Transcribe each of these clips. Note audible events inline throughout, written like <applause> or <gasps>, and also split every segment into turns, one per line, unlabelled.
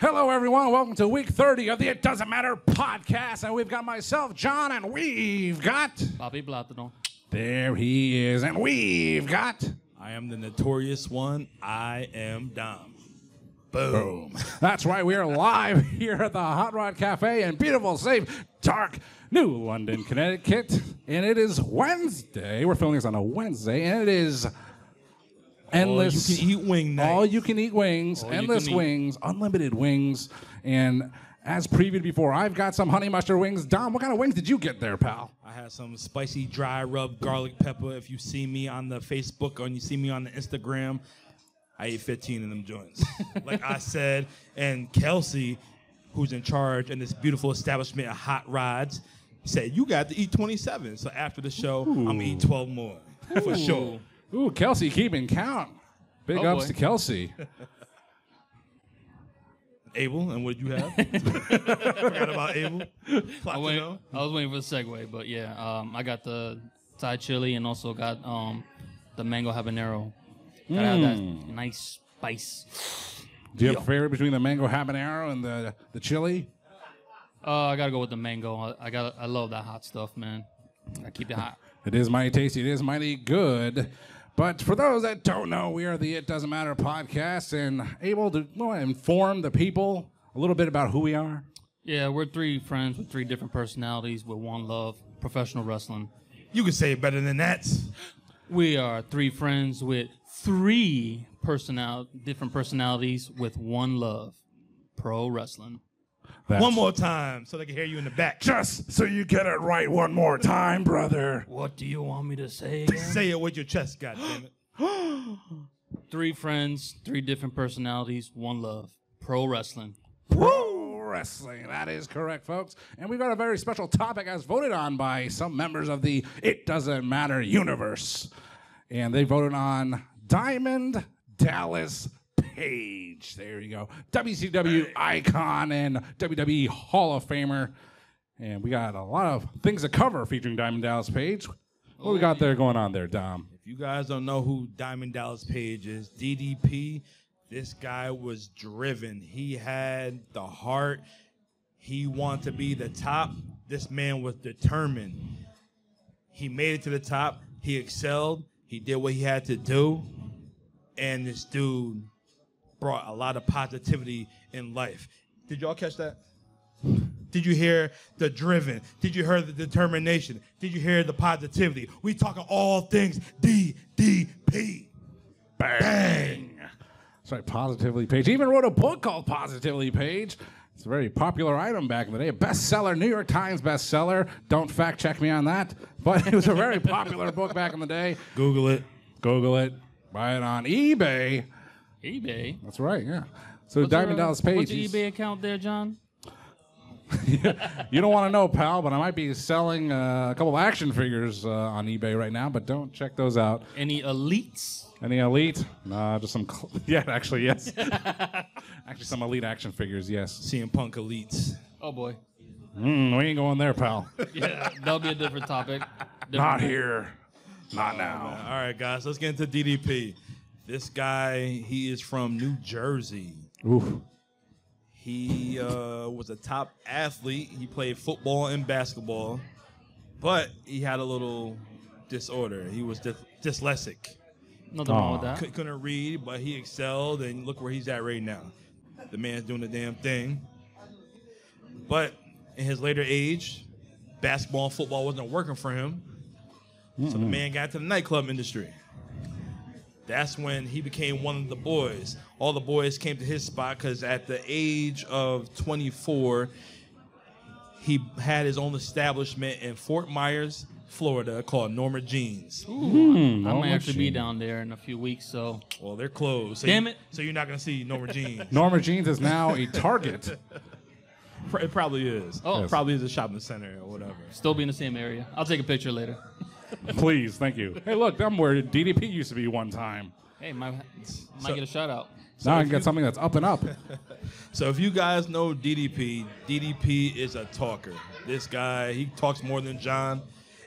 Hello, everyone. Welcome to week 30 of the It Doesn't Matter podcast. And we've got myself, John, and we've got.
Bobby Blatano.
There he is. And we've got.
I am the notorious one. I am Dom.
Boom. That's right. We are live <laughs> here at the Hot Rod Cafe in beautiful, safe, dark New London, Connecticut. And it is Wednesday. We're filming this on a Wednesday. And it is endless.
All-you-can-eat wing night.
All you can eat wings,
All you
endless
can eat.
wings, unlimited wings. And as previewed before, I've got some honey mustard wings. Dom, what kind of wings did you get there, pal?
I have some spicy dry rub garlic pepper. If you see me on the Facebook or you see me on the Instagram, I ate 15 of them joints. like I said, and Kelsey, who's in charge in this beautiful establishment of hot rods, said you got to eat 27. So after the show, I'm gonna eat 12 more for sure.
Ooh, Kelsey keeping count. Big
Oh,
ups
boy.
to <laughs> Kelsey.
Abel, and what did you have? Forgot about
I,
Abel.
wait,
Platino.
I was waiting for the segue, but yeah, um, I got the Thai chili and also got um, the mango habanero. Gotta have that nice spice.
Do you have a favorite between the mango habanero and the, the chili?
Uh, I gotta go with the mango. I, I got. I love that hot stuff, man. I keep it hot.
It is mighty tasty. It is mighty good. But for those that don't know, we are the It Doesn't Matter podcast and able to well, inform the people a little bit about who we are.
Yeah, we're three friends with three different personalities with one love, professional wrestling.
You can say it better than that.
We are three friends with three personal different personalities with one love, pro wrestling.
That's-
One more time so they can hear you in the back.
Just so you get it right one more time, brother.
What do you want me to say again?
Say it with your chest, goddammit.
three friends, three different personalities, one love, pro wrestling.
Pro wrestling. That is correct, folks. And we've got a very special topic as voted on by some members of the It Doesn't Matter universe. And they voted on Diamond Dallas Page. There you go. WCW icon and WWE Hall of Famer. And we got a lot of things to cover featuring Diamond Dallas Page. What we got there going on there, Dom?
<gasps> If you guys don't know who Diamond Dallas Page is, DDP, this guy was driven. He had the heart. He wanted to be the top. This man was determined. He made it to the top. He excelled. He did what he had to do. And this dude brought a lot of positivity in life. Did y'all catch that? Did you hear the driven? Did you hear the determination? Did you hear the positivity? We talking all things DDP.
Bang! Sorry, Positively Page. He even wrote a book called Positively Page. It's a very popular item back in the day. A bestseller, New York Times bestseller. Don't fact check me on that. But it was a very popular book back in the day.
Google it.
Google it. Buy it on eBay.
eBay.
That's right, yeah. So Diamond Dallas Page.
What's your
he's-
eBay account there, John?
You don't want to know, pal, but I might be selling uh, a couple of action figures uh, on eBay right now, but don't check those out.
Any elites?
Any elite? Nah, just some. Cl- <laughs> yeah, actually, yes. <laughs> actually, some elite action figures, yes.
CM Punk elites.
Oh boy.
Mm, we ain't going there,
<laughs>
pal.
Yeah, that'll be a different <laughs> topic. Different
Not here. Not
All
now.
right, guys, let's get into DDP. This guy, he is from New Jersey.
Oof.
He uh, was a top athlete. He played football and basketball, but he had a little disorder. He was dys- dyslexic.
Nothing wrong with
Aw.
that.
Cou- couldn't read, but he excelled, and look where he's at right now. The man's doing the damn thing. But in his later age, basketball and football wasn't working for him. So the man got to the nightclub industry. That's when he became one of the boys. All the boys came to his spot because at the age of 24, he had his own establishment in Fort Myers, Florida, called Norma Jeans.
I
Norma
might actually be
Jean.
down there in a few weeks, so
Well, they're closed. So
Damn
you-
it.
So you're not gonna see Norma Jeans.
Norma Jeans is now a target. <laughs>
Pr- <laughs> It probably is.
Oh.
Oh, it probably is a shopping center or whatever.
still be in the same area. I'll take a picture later.
Please, thank you. Hey, look, I'm where DDP used to be one time.
Hey, might might
So-
get a shout out.
now I can get something that's up and up.
So if you guys know DDP, DDP is a talker. This guy, he talks more than John,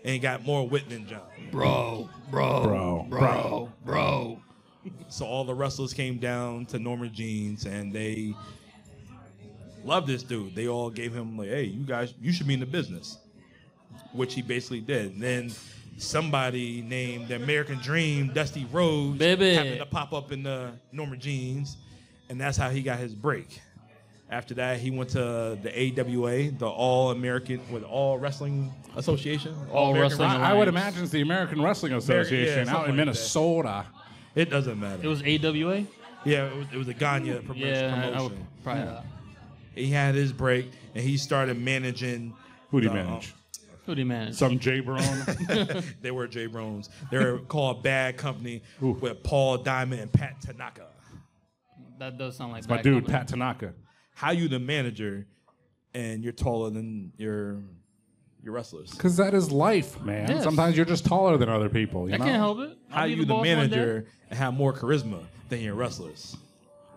and he got more wit than John.
Bro, bro,
Bro, bro,
bro.
So all the wrestlers came down to Norma Jeans, and they Love this dude. They all gave him like, hey, you guys, you should be in the business, which he basically did. And then somebody named the American Dream, Dusty Rhodes,
Baby.
happened to pop up in the Norma Jeans, and that's how he got his break. After that, he went to the AWA, the All American with All Wrestling Association.
All
American
Wrestling
Wrestling.
I would
Alliance.
imagine it's the American Wrestling Association
something
out in
like that.
Minnesota.
It doesn't matter.
It was AWA.
yeah, it was, it was a Gagne promotion.
Yeah, I- I would
promotion.
probably. uh,
he had his break and he
<laughs>
started managing.
Who'd he
the,
manage?
Who do you manage?
Some J.
<laughs>
Brown.
they were J. Brones. They were called Bad Company
Ooh.
with Paul Diamond and Pat Tanaka.
that does sound like
My
bad
dude,
company.
Pat Tanaka.
How you the manager and you're taller than your your wrestlers?
Because that is life, man.
Yes.
Sometimes you're just taller than other people. You
I
know?
can't help it. I'll
How
be
you the
boss one day.
manager and have more charisma than your wrestlers?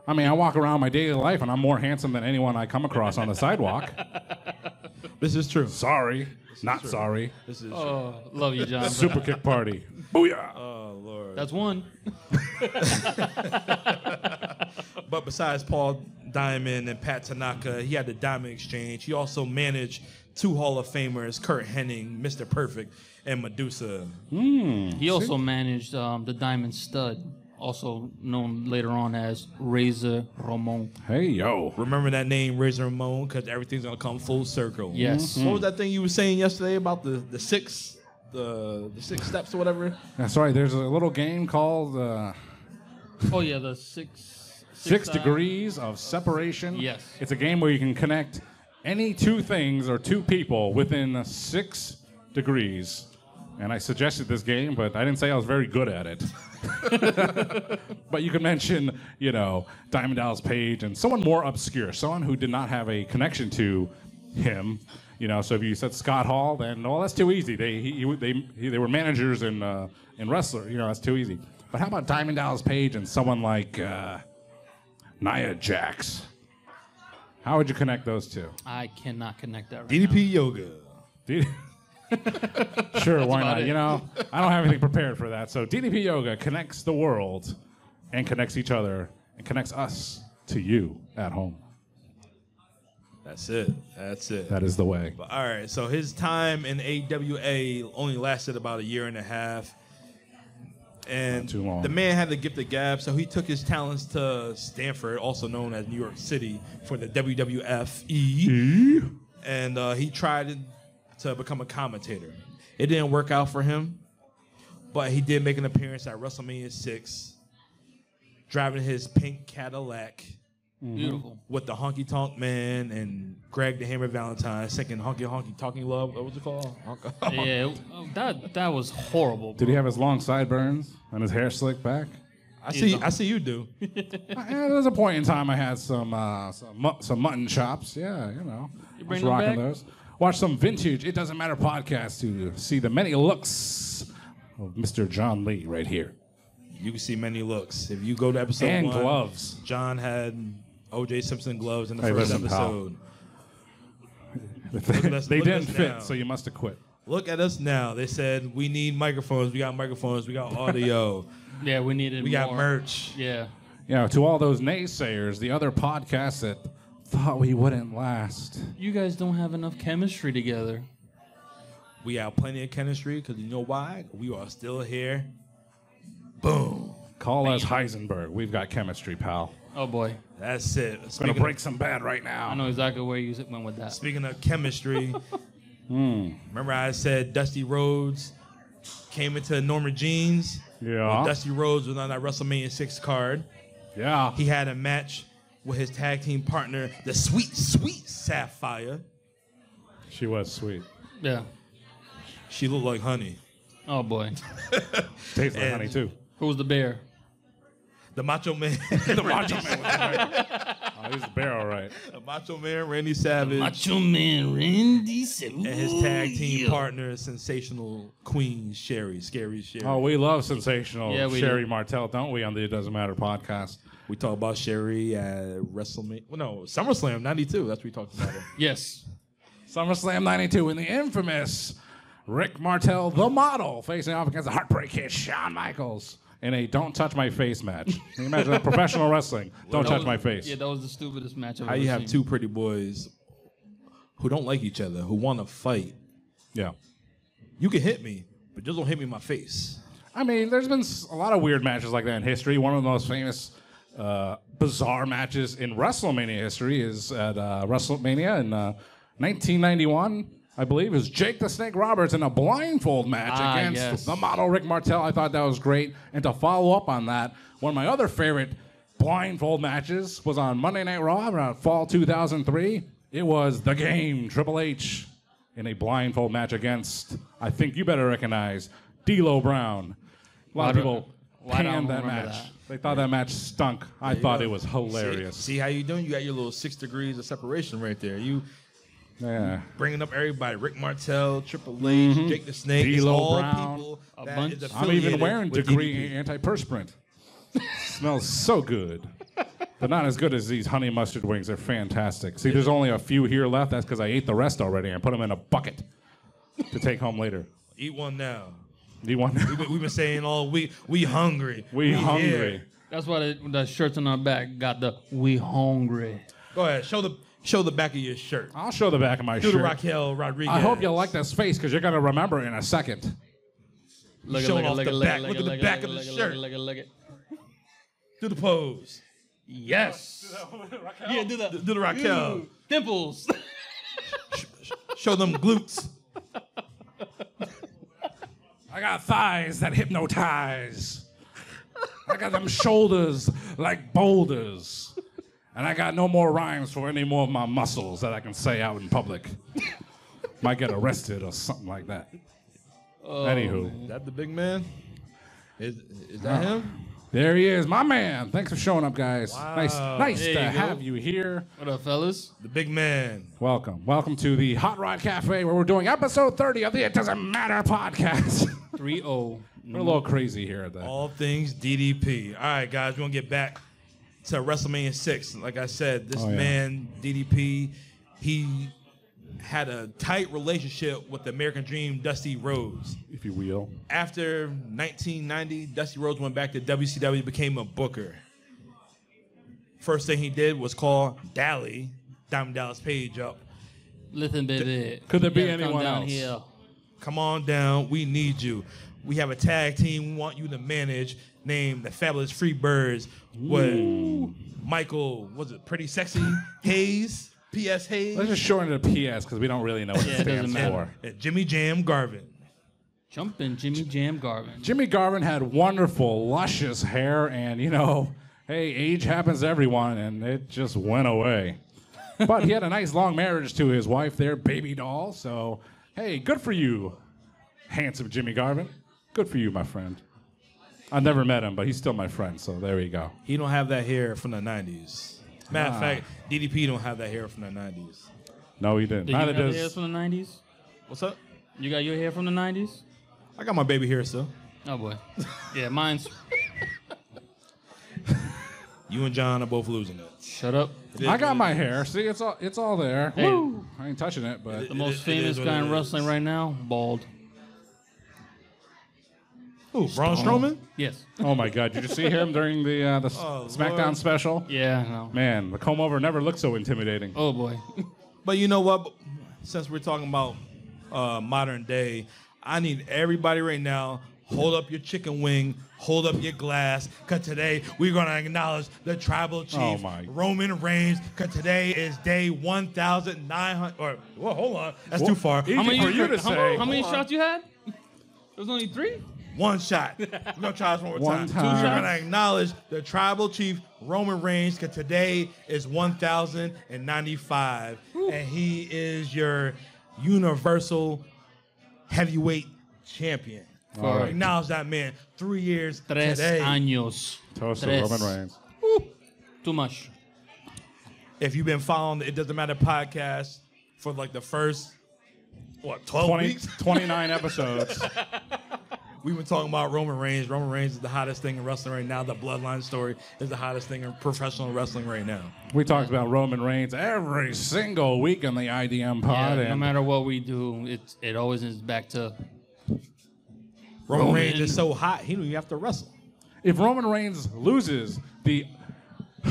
I mean, I walk around my daily life and I'm more handsome than anyone I come across on the
<laughs>
sidewalk.
This is true.
Sorry. Not sorry.
This is true.
Oh, love you, John.
Super kick party. Booyah.
Oh Lord.
That's one.
But besides Paul Diamond and Pat Tanaka, he had the Diamond Exchange. He also managed two Hall of Famers, Kurt Hennig, Mr. Perfect, and Medusa.
He also managed um, the Diamond Stud, also known later on as Razor Ramon.
hey, yo.
Remember that name, Razor Ramon, because everything's gonna come full circle.
Yes.
What was that thing you were saying yesterday about the the six the the six steps or whatever?
That's right. There's a little game called uh,
Mm-hmm.
Oh yeah, the six.
Six
side-
Degrees of Separation.
Yes.
It's a game where you can connect any two things or two people within six degrees. And I suggested this game, but I didn't say I was very good at it. <laughs> But you could mention, you know, Diamond Dallas Page and someone more obscure, someone who did not have a connection to him. You know, so if you said Scott Hall, then well, that's too easy. They he, he- they he, they were managers and uh, and wrestler. You know, that's too easy. But how about Diamond Dallas Page and someone like uh, Nia Jax? How would you connect those two?
I cannot connect that. Right now.
DDP Yoga.
Do <laughs> you- sure, why
about
not?
it.
You know, I don't have anything prepared for that. So DDP Yoga connects the world and connects each other and connects us to you at home.
That's it. That's it.
That is the way.
But all right, so his time in AWA only lasted about a year and a half. And
Not too long.
the man had the gift of gab, so he took his talents to Stanford, also known as New York City, for the WWFE. E. And uh, he tried to become a commentator. It didn't work out for him, but he did make an appearance at WrestleMania 6, driving his pink Cadillac
Beautiful.
with the Honky Tonk Man and Greg the Hammer Valentine singing Honky Honky Talking Love. What was it called? Honk-
Yeah, oh, that that was horrible.
Did he have his long sideburns and his hair slicked back?
<laughs> I see. I see you do.
Uh, yeah, there was a point in time I had some uh, some, mu- some mutton chops. Yeah, you know, you
bring them
rocking
back?
those. Watch some vintage. It doesn't matter podcast to see the many looks of Mr. John Lee right here
You can see many looks. If you go to episode
and
one,
gloves.
John had O.J. Simpson gloves in the
Hey,
first
listen, pal.
episode. at
<laughs>
us-
they
look at
didn't
us
fit,
now.
so you must have quit.
Look at us now. They said we need microphones. We got microphones. We
<laughs>
got audio.
Yeah, we needed.
we got
more.
merch.
Yeah.
You know, to all those naysayers, the other podcasts that thought we wouldn't last.
You guys don't have enough chemistry together.
We have plenty of chemistry because you know why? We are still here. Boom.
Call us Heisenberg. We've got chemistry, pal.
Oh boy,
That's it.
Gonna
Speaking of-
break some bad right
I
now.
know exactly where you went with that.
Speaking of chemistry, remember I said Dusty Rhodes came into Norma Jeans.
Yeah.
Dusty Rhodes was on that WrestleMania 6 card.
Yeah.
He had a match with his tag team partner, the sweet, sweet Sapphire.
She was sweet.
Yeah.
She looked like honey.
Oh boy.
Tastes like
And-
honey, too.
Who was the bear?
The Macho Man, <laughs> the Macho Man,
Oh, he's the bear, all right.
the Macho Man, Randy Savage,
Macho Man Randy said,
and his tag team partner, Sensational Queen Sherry, Scary Sherry.
Oh, we love sensational
Yeah, we
Sherry
do.
Martel, don't we, on the It Doesn't Matter podcast?
we talked about Sherry at WrestleMania. Well, no, SummerSlam '92. That's what we talked about. her.
Yes.
SummerSlam 92 in the infamous Rick Martel, the model, facing off against the Heartbreak Kid Shawn Michaels in a "Don't touch my face" match. Can you imagine that <laughs> professional wrestling? Don't
That
touch
was-
my face.
Yeah, that was the stupidest match I've
How
ever
you have
seen.
two pretty boys who don't like each other, who want to fight.
yeah.
You can hit me, but just don't hit me in my face.
I mean, there's been s- a lot of weird matches like that in history. One of the most famous uh, bizarre matches in WrestleMania history is at uh, WrestleMania in uh, 1991, I believe, is Jake the Snake Roberts in a blindfold match
Ah,
against
yes.
the model Rick Martel. I thought that was great. And to follow up on that, one of my other favorite blindfold matches was on Monday Night Raw around fall 2003. It was The Game, Triple H, in a blindfold match against, I think you better recognize, D'Lo Brown. A lot of
Why
people
don't- why don't I
panned that
remember
match.
that?
They thought that match stunk. I thought it was hilarious.
See, see how you doing? You got your little six degrees of separation right there. You
Yeah.
bringing up everybody: Rick Martel, Triple H, Jake the Snake. It's
Mm-hmm. D'Lo
all
Brown.
people
A
that
bunch.
is
I'm even
affiliated
wearing
with
degree
DDP.
antiperspirant. <laughs> Smells so good. They're not as good as these honey mustard wings. They're fantastic. See, there's only a few here left. That's because I ate the rest already and put them in a bucket to take home later.
Eat one now.
You want?
<laughs> We- We've been saying all week, we hungry.
we
here.
hungry.
That's why the, the shirts on our back got the "We hungry."
Go ahead, show the show the back of your shirt.
I'll show the back of my
Do the
shirt.
Raquel Rodriguez.
I hope you like this face because you're gonna remember it in a second.
Look
Showing off the back. Look at the back of the
look at-
shirt.
Look at look at.
Do the pose.
Yes. Yeah, do the
Do the Raquel.
Ooh, dimples. <laughs>
Show them glutes.
I got thighs that hypnotize. I got them shoulders like boulders. And I got no more rhymes for any more of my muscles that I can say out in public. Might get arrested or something like that. Anywho,
Is that the big man? Is, is that him?
there he is, my man. Thanks for showing up, guys. Nice,
Wow.
nice
There
to
you go.
have you here.
what up, fellas?
The big man.
Welcome, welcome to the Hot Rod Cafe, where we're doing episode 30 of the It Doesn't Matter podcast. <laughs>
Three oh. O.
we're a little crazy here at that.
All things DDP. All right, guys, we're going to get back to WrestleMania 6. Like I said, this
Oh, yeah.
man, DDP, he had a tight relationship with the American Dream, Dusty Rhodes.
If you will.
After 1990, Dusty Rhodes went back to WCW, became a booker. First thing he did was call Dally, Diamond Dallas Page, up.
Listen, baby.
could there
you
be
gotta come
anyone
down
else?
Here.
Come on down, we need you. We have a tag team we want you to manage named the Fabulous Freebirds with Michael, was it Pretty Sexy Hayes? P.S.
Let's
Hayes?
just shorten it to PS because we don't really know what
Yeah,
it
it doesn't
stands
matter.
for.
And Jimmy Jam Garvin.
Jumping Jimmy Jam Garvin.
Jimmy Garvin had wonderful, luscious hair, and you know, hey, age happens to everyone, and it just went away. but he had a nice long marriage to his wife, their baby doll. So, hey, good for you, handsome Jimmy Garvin. Good for you, my friend. I never met him, but he's still my friend. So there you go.
He don't have that hair from the 90s. Matter of fact, DDP don't have that hair from the 90s.
No, he didn't.
Did you
Neither
have your hair
does.
from the '90s?
What's up?
You got your hair from the '90s?
I got my baby hair still.
Oh
<laughs>
boy. Yeah, mine's.
You and John are both losing it.
Shut up.
I got my hair. See, it's all it's all there.
Hey.
Woo! I ain't touching it, but
The most
is- it
famous
is what
guy
it
in wrestling
is.
right now, bald.
Who, Braun Strowman?
Yes.
oh my God, did you see him during the uh, the S-
Oh,
SmackDown
Lord.
special?
Yeah. No.
Man, the comb over never looked so intimidating.
Oh boy.
But you know what? Since we're talking about uh, modern day, I need everybody right now hold up your chicken wing, hold up your glass, because today we're going to acknowledge the tribal chief
Oh, my.
Roman Reigns, because today is day 1,900. Or, whoa, hold on. That's too far.
Easy for you to
how,
say.
how many
Hold on.
shots you had? There was only three.
One shot. We're gonna try this one more
One
time.
time.
We're
Two
gonna
shots?
acknowledge the tribal chief Roman Reigns because today is 1,095, and he is your universal heavyweight champion.
All right.
Acknowledge that man. Three years
Tres
today.
años.
Toast to
Tres.
Roman Reigns.
Too much.
If you've been following the It Doesn't Matter podcast for like the first what 12
20,
weeks,
29 episodes.
We've been talking about Roman Reigns. Roman Reigns is the hottest thing in wrestling right now. The Bloodline story is the hottest thing in professional wrestling right now.
We talked about Roman Reigns every single week on the IDM pod.
Yeah, no
and
matter what we do, it it always is back to
Roman
Roman.
Reigns is so hot, he don't even have to wrestle.
If Roman Reigns loses the <sighs>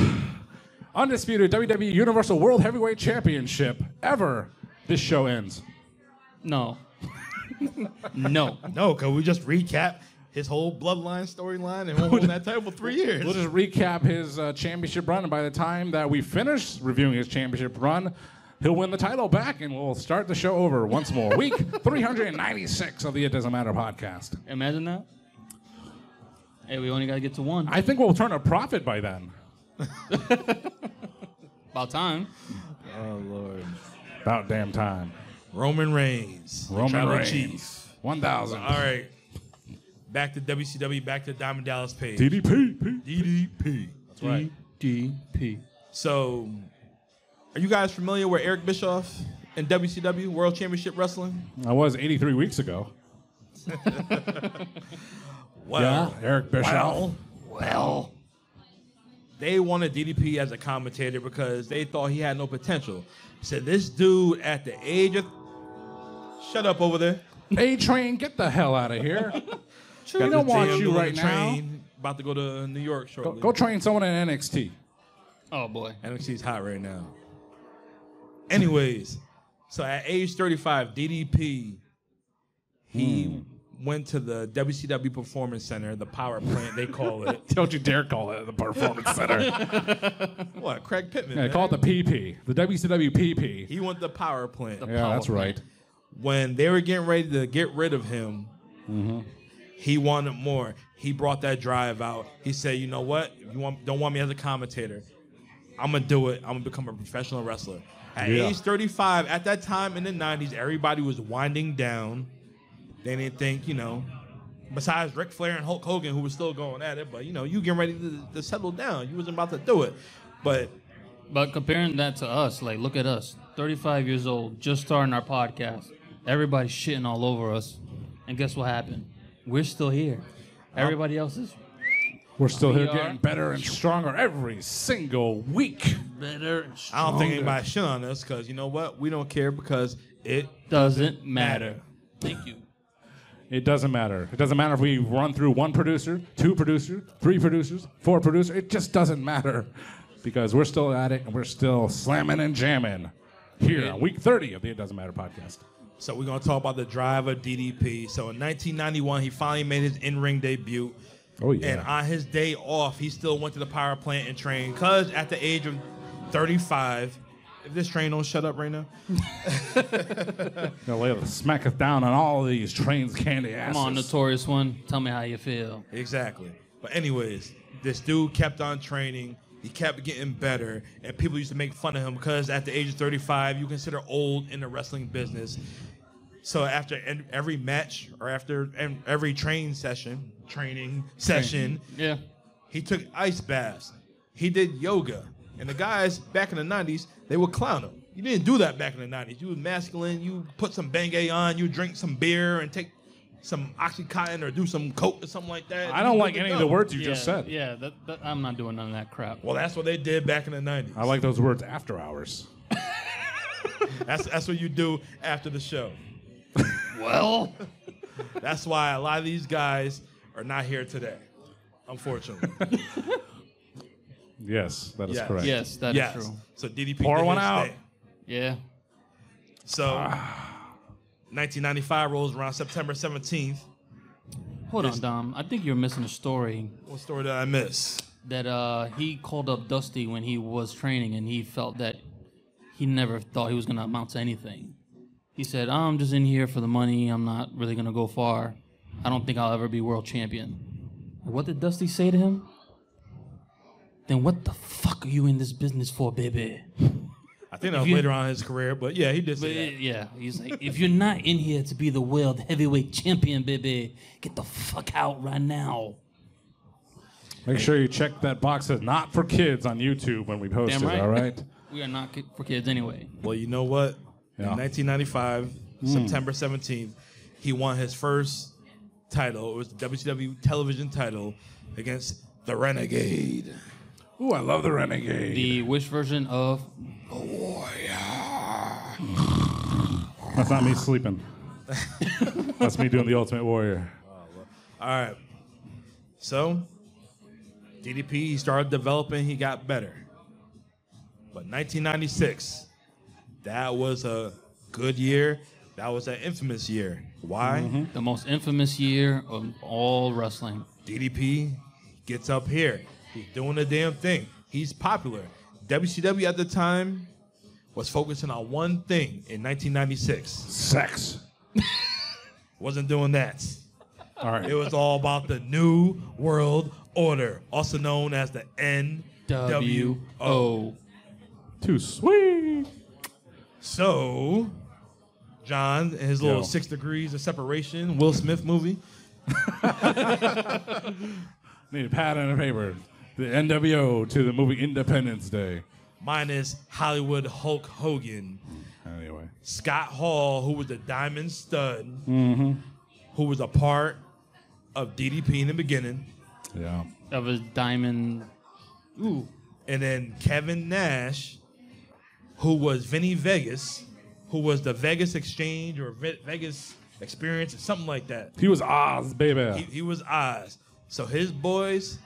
undisputed WWE Universal World Heavyweight Championship ever, this show ends.
No. <laughs> no.
No, because we just recap his whole bloodline storyline and hold that title for three years.
We'll just recap his uh, championship run, and by the time that we finish reviewing his championship run, he'll win the title back, and we'll start the show over once more. Week 396 of the It Doesn't Matter podcast.
Imagine that. Hey, we only got to get to one.
I think we'll turn a profit by then.
About time.
Oh Lord.
About damn time.
Roman Reigns. the
Roman
Tribal
Reigns.
Chief.
1,000.
All right. Back to WCW, back to Diamond Dallas Page.
DDP.
DDP. That's
right.
DDP.
So, are you guys familiar with Eric Bischoff and WCW World Championship Wrestling?
I was 83 weeks ago.
Well,
Eric Bischoff.
Well, well. They wanted DDP as a commentator because they thought he had no potential. So this dude at the age of shut up over there.
A train, get the hell out of <laughs> here. we
Got
don't
this
want
damn
you
dude on
right
the
now.
train, About to go to New York
Go,
shortly.
go train someone in NXT.
Oh, boy.
NXT's hot right now. Anyways, so at age 35, DDP, he
Hmm.
went to the WCW Performance Center, the power plant they call
<laughs>
it.
Don't you dare call it the Performance Center.
what, Craig
<laughs>
Pittman?
yeah,
man?
call it the PP, the WCW PP.
he went to the power plant.
Yeah, that's
Power
right.
plant.
When they were getting ready to get rid of him, he wanted more. He brought that drive out. He said, "You know what? If You want, don't want me as a commentator? I'm gonna do it. I'm gonna become a professional wrestler." At
Yeah.
age 35, at that time in the 90s, everybody was winding down. They didn't think, you know, besides Ric Flair and Hulk Hogan, who was still going at it, but you know, you getting ready to, to settle down. You wasn't about to do it, but
But comparing that to us, like, look at us. 35 years old, just starting our podcast. Everybody's shitting all over us. And guess what happened? We're still here. Everybody else is
We're still here
We are.
getting better and stronger every single week.
better and
I don't
strong.
think anybody shit on us because you know what? We don't care because it
Doesn't matter.
matter.
Thank you.
It doesn't matter. It doesn't matter if we run through one producer, two producers, three producers, four producers. It just doesn't matter because we're still at it and we're still slamming and jamming here on week 30 of the It Doesn't Matter podcast.
So we're gonna talk about the drive of DDP. So in 1991, he finally made his in-ring debut.
Oh, yeah.
And on his day off, he still went to the power plant and trained. Cause at the age of 35, if this train don't shut up right now,
Gonna lay the smack us down on all these trains, candy asses.
Come on, Notorious One. Tell me how you feel.
exactly. But anyways, this dude kept on training. He kept getting better, and people used to make fun of him because at the age of 35, you consider old in the wrestling business. So after en- every match or after en- every train session, training session,
Yeah.
He took ice baths. He did yoga. And the guys back in the 90s, they would clown him. You didn't do that back in the 90s. You was masculine. You put some Bengay on. You drink some beer and take some Oxycontin or do some Coke or something like that.
I don't
You
like
good to
any of
go.
the words you
yeah,
just said.
Yeah, that, that, I'm not doing none of that crap.
Well, that's what they did back in the 90s.
I like those words after hours.
<laughs> That's, that's what you do after the show.
Well,
That's why a lot of these guys are not here today,
<laughs>
unfortunately.
Yes, that is
Yes.
correct.
yes, that is
yes.
true.
So DDP
Pour
did
one
his
out. Ah.
thing.
Yeah.
So 1995 rolls around September 17th.
Hold on, Dom. I think you're missing a story
What story did I miss?
that uh, he called up Dusty when he was training and he felt that he never thought he was going to amount to anything. He said, I'm just in here for the money. I'm not really going to go far. I don't think I'll ever be world champion. What did Dusty say to him? Then what the fuck are you in this business for, baby?
I think that was
you-
later on in his career, but yeah, he did
But
say that.
yeah, he's <laughs> like, if you're not in here to be the world heavyweight champion, baby, get the fuck out right now.
Make sure you check that box that's not for kids on YouTube when we post
Damn
it,
right.
all right?
We are not ki- for kids anyway.
Well, you know what?
Yeah.
In 1995, September 17th, he won his first title. It was the WCW television title against the Renegade.
<laughs> Ooh, I love the Renegade.
The wish version of
That's not me sleeping. That's me doing the Ultimate Warrior.
All right. So, DDP he started developing, he got better. But 1996, that was a good year. That was an infamous year. Why?
The most infamous year of all wrestling.
DDP gets up here. He's doing the damn thing. He's popular. WCW at the time was focusing on one thing in 1996.
Sex.
Wasn't doing that.
All right.
It was all about the New World Order, also known as the
W
NWO.
O.
Too sweet.
So, John and his
Yo.
little Six Degrees of Separation, Will Smith movie.
Need a pad and a paper. The NWO to the movie Independence Day.
minus Hollywood Hulk Hogan,
Anyway.
Scott Hall, who was a diamond stud, who was a part of DDP in the beginning,
Yeah.
Of a diamond. Ooh.
and then Kevin Nash, who was Vinny Vegas, who was the Vegas Exchange or Ve- Vegas Experience or something like that.
He was Oz, baby.
He, he was Oz. So his boys,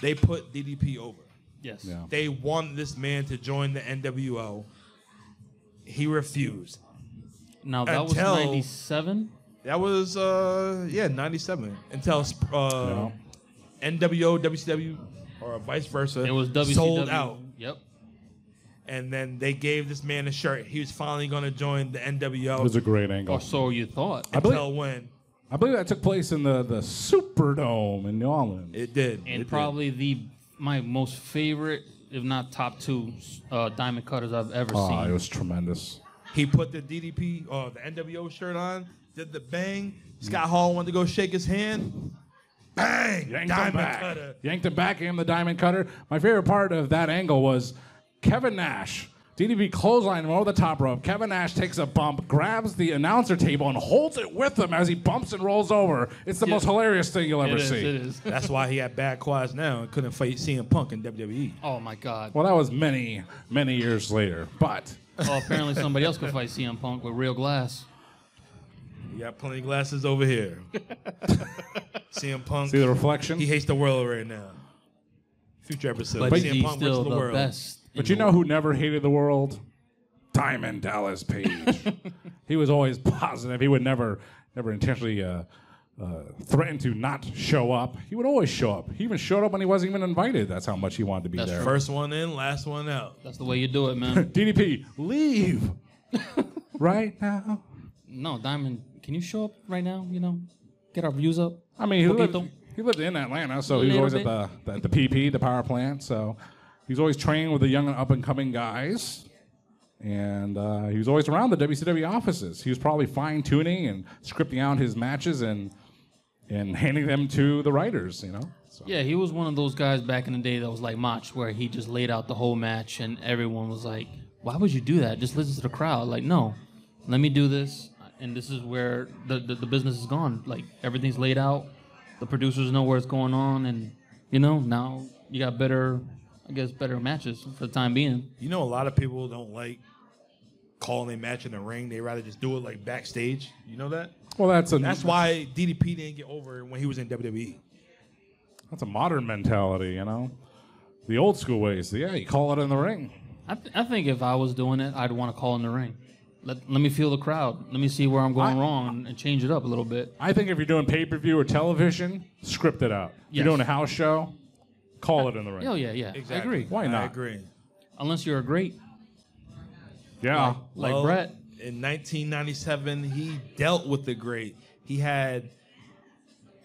they put DDP over.
Yes.
Yeah.
They wanted this man to join the NWO. He refused.
Now that was
Until-
'97.
That was uh yeah, 97. Until uh
Yeah.
NWO, WCW or vice versa.
It was WCW.
sold out.
Yep.
And then they gave this man a shirt. He was finally going to join the NWO.
It was a great angle.
Or so you thought.
I believe,
until when?
I believe that took place in the, the Superdome in New Orleans.
It did. It
and
did.
probably the my most favorite, if not top two, uh, diamond cutters I've ever
Oh,
seen.
it was tremendous.
he put the DDP or uh, the NWO shirt on, did the bang. Scott Hall wanted to go shake his hand.
Yanked
Bang!
him
Diamond
back.
cutter.
Yanked him back in the diamond cutter. My favorite part of that angle was Kevin Nash. DDP clothesline him over the top rope. Kevin Nash takes a bump, grabs the announcer table, and holds it with him as he bumps and rolls over. It's the most hilarious thing you'll ever
it is.
see.
It is.
That's why he had bad quads now and couldn't fight CM Punk in E. WWE.
Oh my God.
Well, that was many, many years later. But
Well, apparently somebody else could fight <laughs> CM Punk with real glass.
You got plenty of glasses over here. CM Punk.
see the reflection?
He hates the world right now. Future episode.
But
CM
he's
Punk versus
still the,
world.
best. in
But you
the
know
world.
who never hated the world? Diamond Dallas Page. he was always positive. He would never, never intentionally uh, uh, threaten to not show up. He would always show up. He even showed up when he wasn't even invited. That's how much he wanted to be
That's
there.
First one in, last one out.
That's the way you do it, man.
DDP, leave right now.
no, Diamond, can you show up right now? You know, get our views up.
I mean, he lived,
Poquito.
he lived in Atlanta, so he was
Little
always at
bit.
the, the the PP, the power plant. So he was always training with the young and up and coming guys, and uh, he was always around the WCW offices. He was probably fine tuning and scripting out his matches and and handing them to the writers. You know, so,
Yeah, he was one of those guys back in the day that was like Mach, where he just laid out the whole match, and everyone was like, "Why would you do that? Just listen to the crowd." Like, no, let me do this, and this is where the the, the business is gone. Like everything's laid out, the producers know where it's going on, and you know now you got better, I guess, better matches for the time being.
You know, a lot of people don't like calling a match in the ring. They rather just do it like backstage. You know that?
well, that's a
Mm-hmm.
That's why DDP didn't get over when he was in E. WWE.
that's a modern mentality. You know, the old school ways. Yeah, you call it in the ring.
I, th- I think if I was doing it, I'd want to call in the ring. Let, let me feel the crowd. Let me see where I'm going
I-
wrong and change it up a little bit.
I think if you're doing pay per view or television, script it out.
Yes.
You're doing a house show, call it in the ring.
Oh yeah, yeah. I agree.
Why
I
not?
agree.
Unless you're a great
Yeah.
like
Well,
Brett.
In 1997, he dealt with the great. He had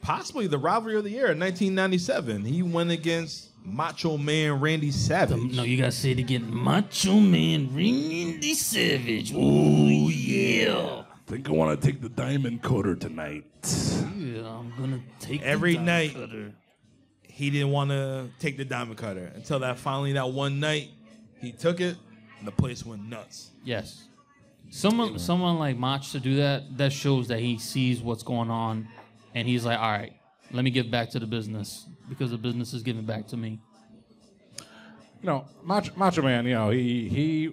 possibly the rivalry of the year in 1997. He went against Macho Man Randy Savage.
No, you gotta say it again. Macho Man Randy Savage. Oh yeah.
think I want to take the diamond coater tonight.
Yeah, I'm gonna take the
Every
diamond
night.
cutter.
he didn't want to take the diamond cutter until that finally that one night he took it and the place went nuts.
Yes. Someone, someone like Mach to do that. That shows that he sees what's going on, and he's like, all right, let me give back to the business because the business is giving back to me.
You know, Macho, Macho Man. You know, he he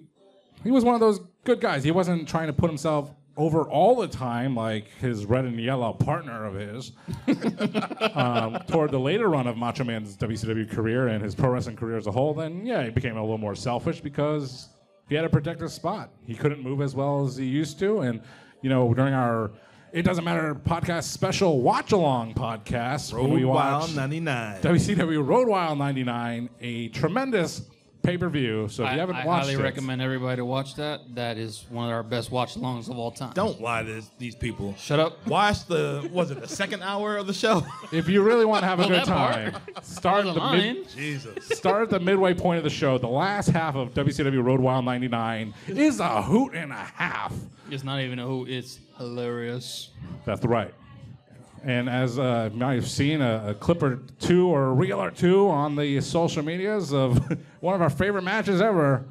he was one of those good guys. He wasn't trying to put himself over all the time, like his red and yellow partner of his, <laughs> um, toward the later run of Macho Man's WCW career and his pro wrestling career as a whole, then yeah, he became a little more selfish because he had to protect his spot. He couldn't move as well as he used to, and you know during our it doesn't matter podcast special watch along podcast when we
Road
watch
Wild 99.
WCW Road Wild '99, a tremendous pay per view. So if
I,
you haven't
I
watched
highly
it,
recommend everybody to watch that. That is one of our best watch longs of all time.
Don't lie to this- these people.
shut up.
Watch the was it the second hour of the show?
if you really want to have a
<laughs> Well,
good
that part.
time, <laughs> start
The
at the mid-
line.
Jesus.
start at the midway point of the show. The last half of WCW Road Wild '99 is a hoot and a half.
It's not even a who. It's hilarious.
That's right. And as uh, you might have seen a, a clip or two or a reel or two on the social medias of <laughs> one of our favorite matches ever,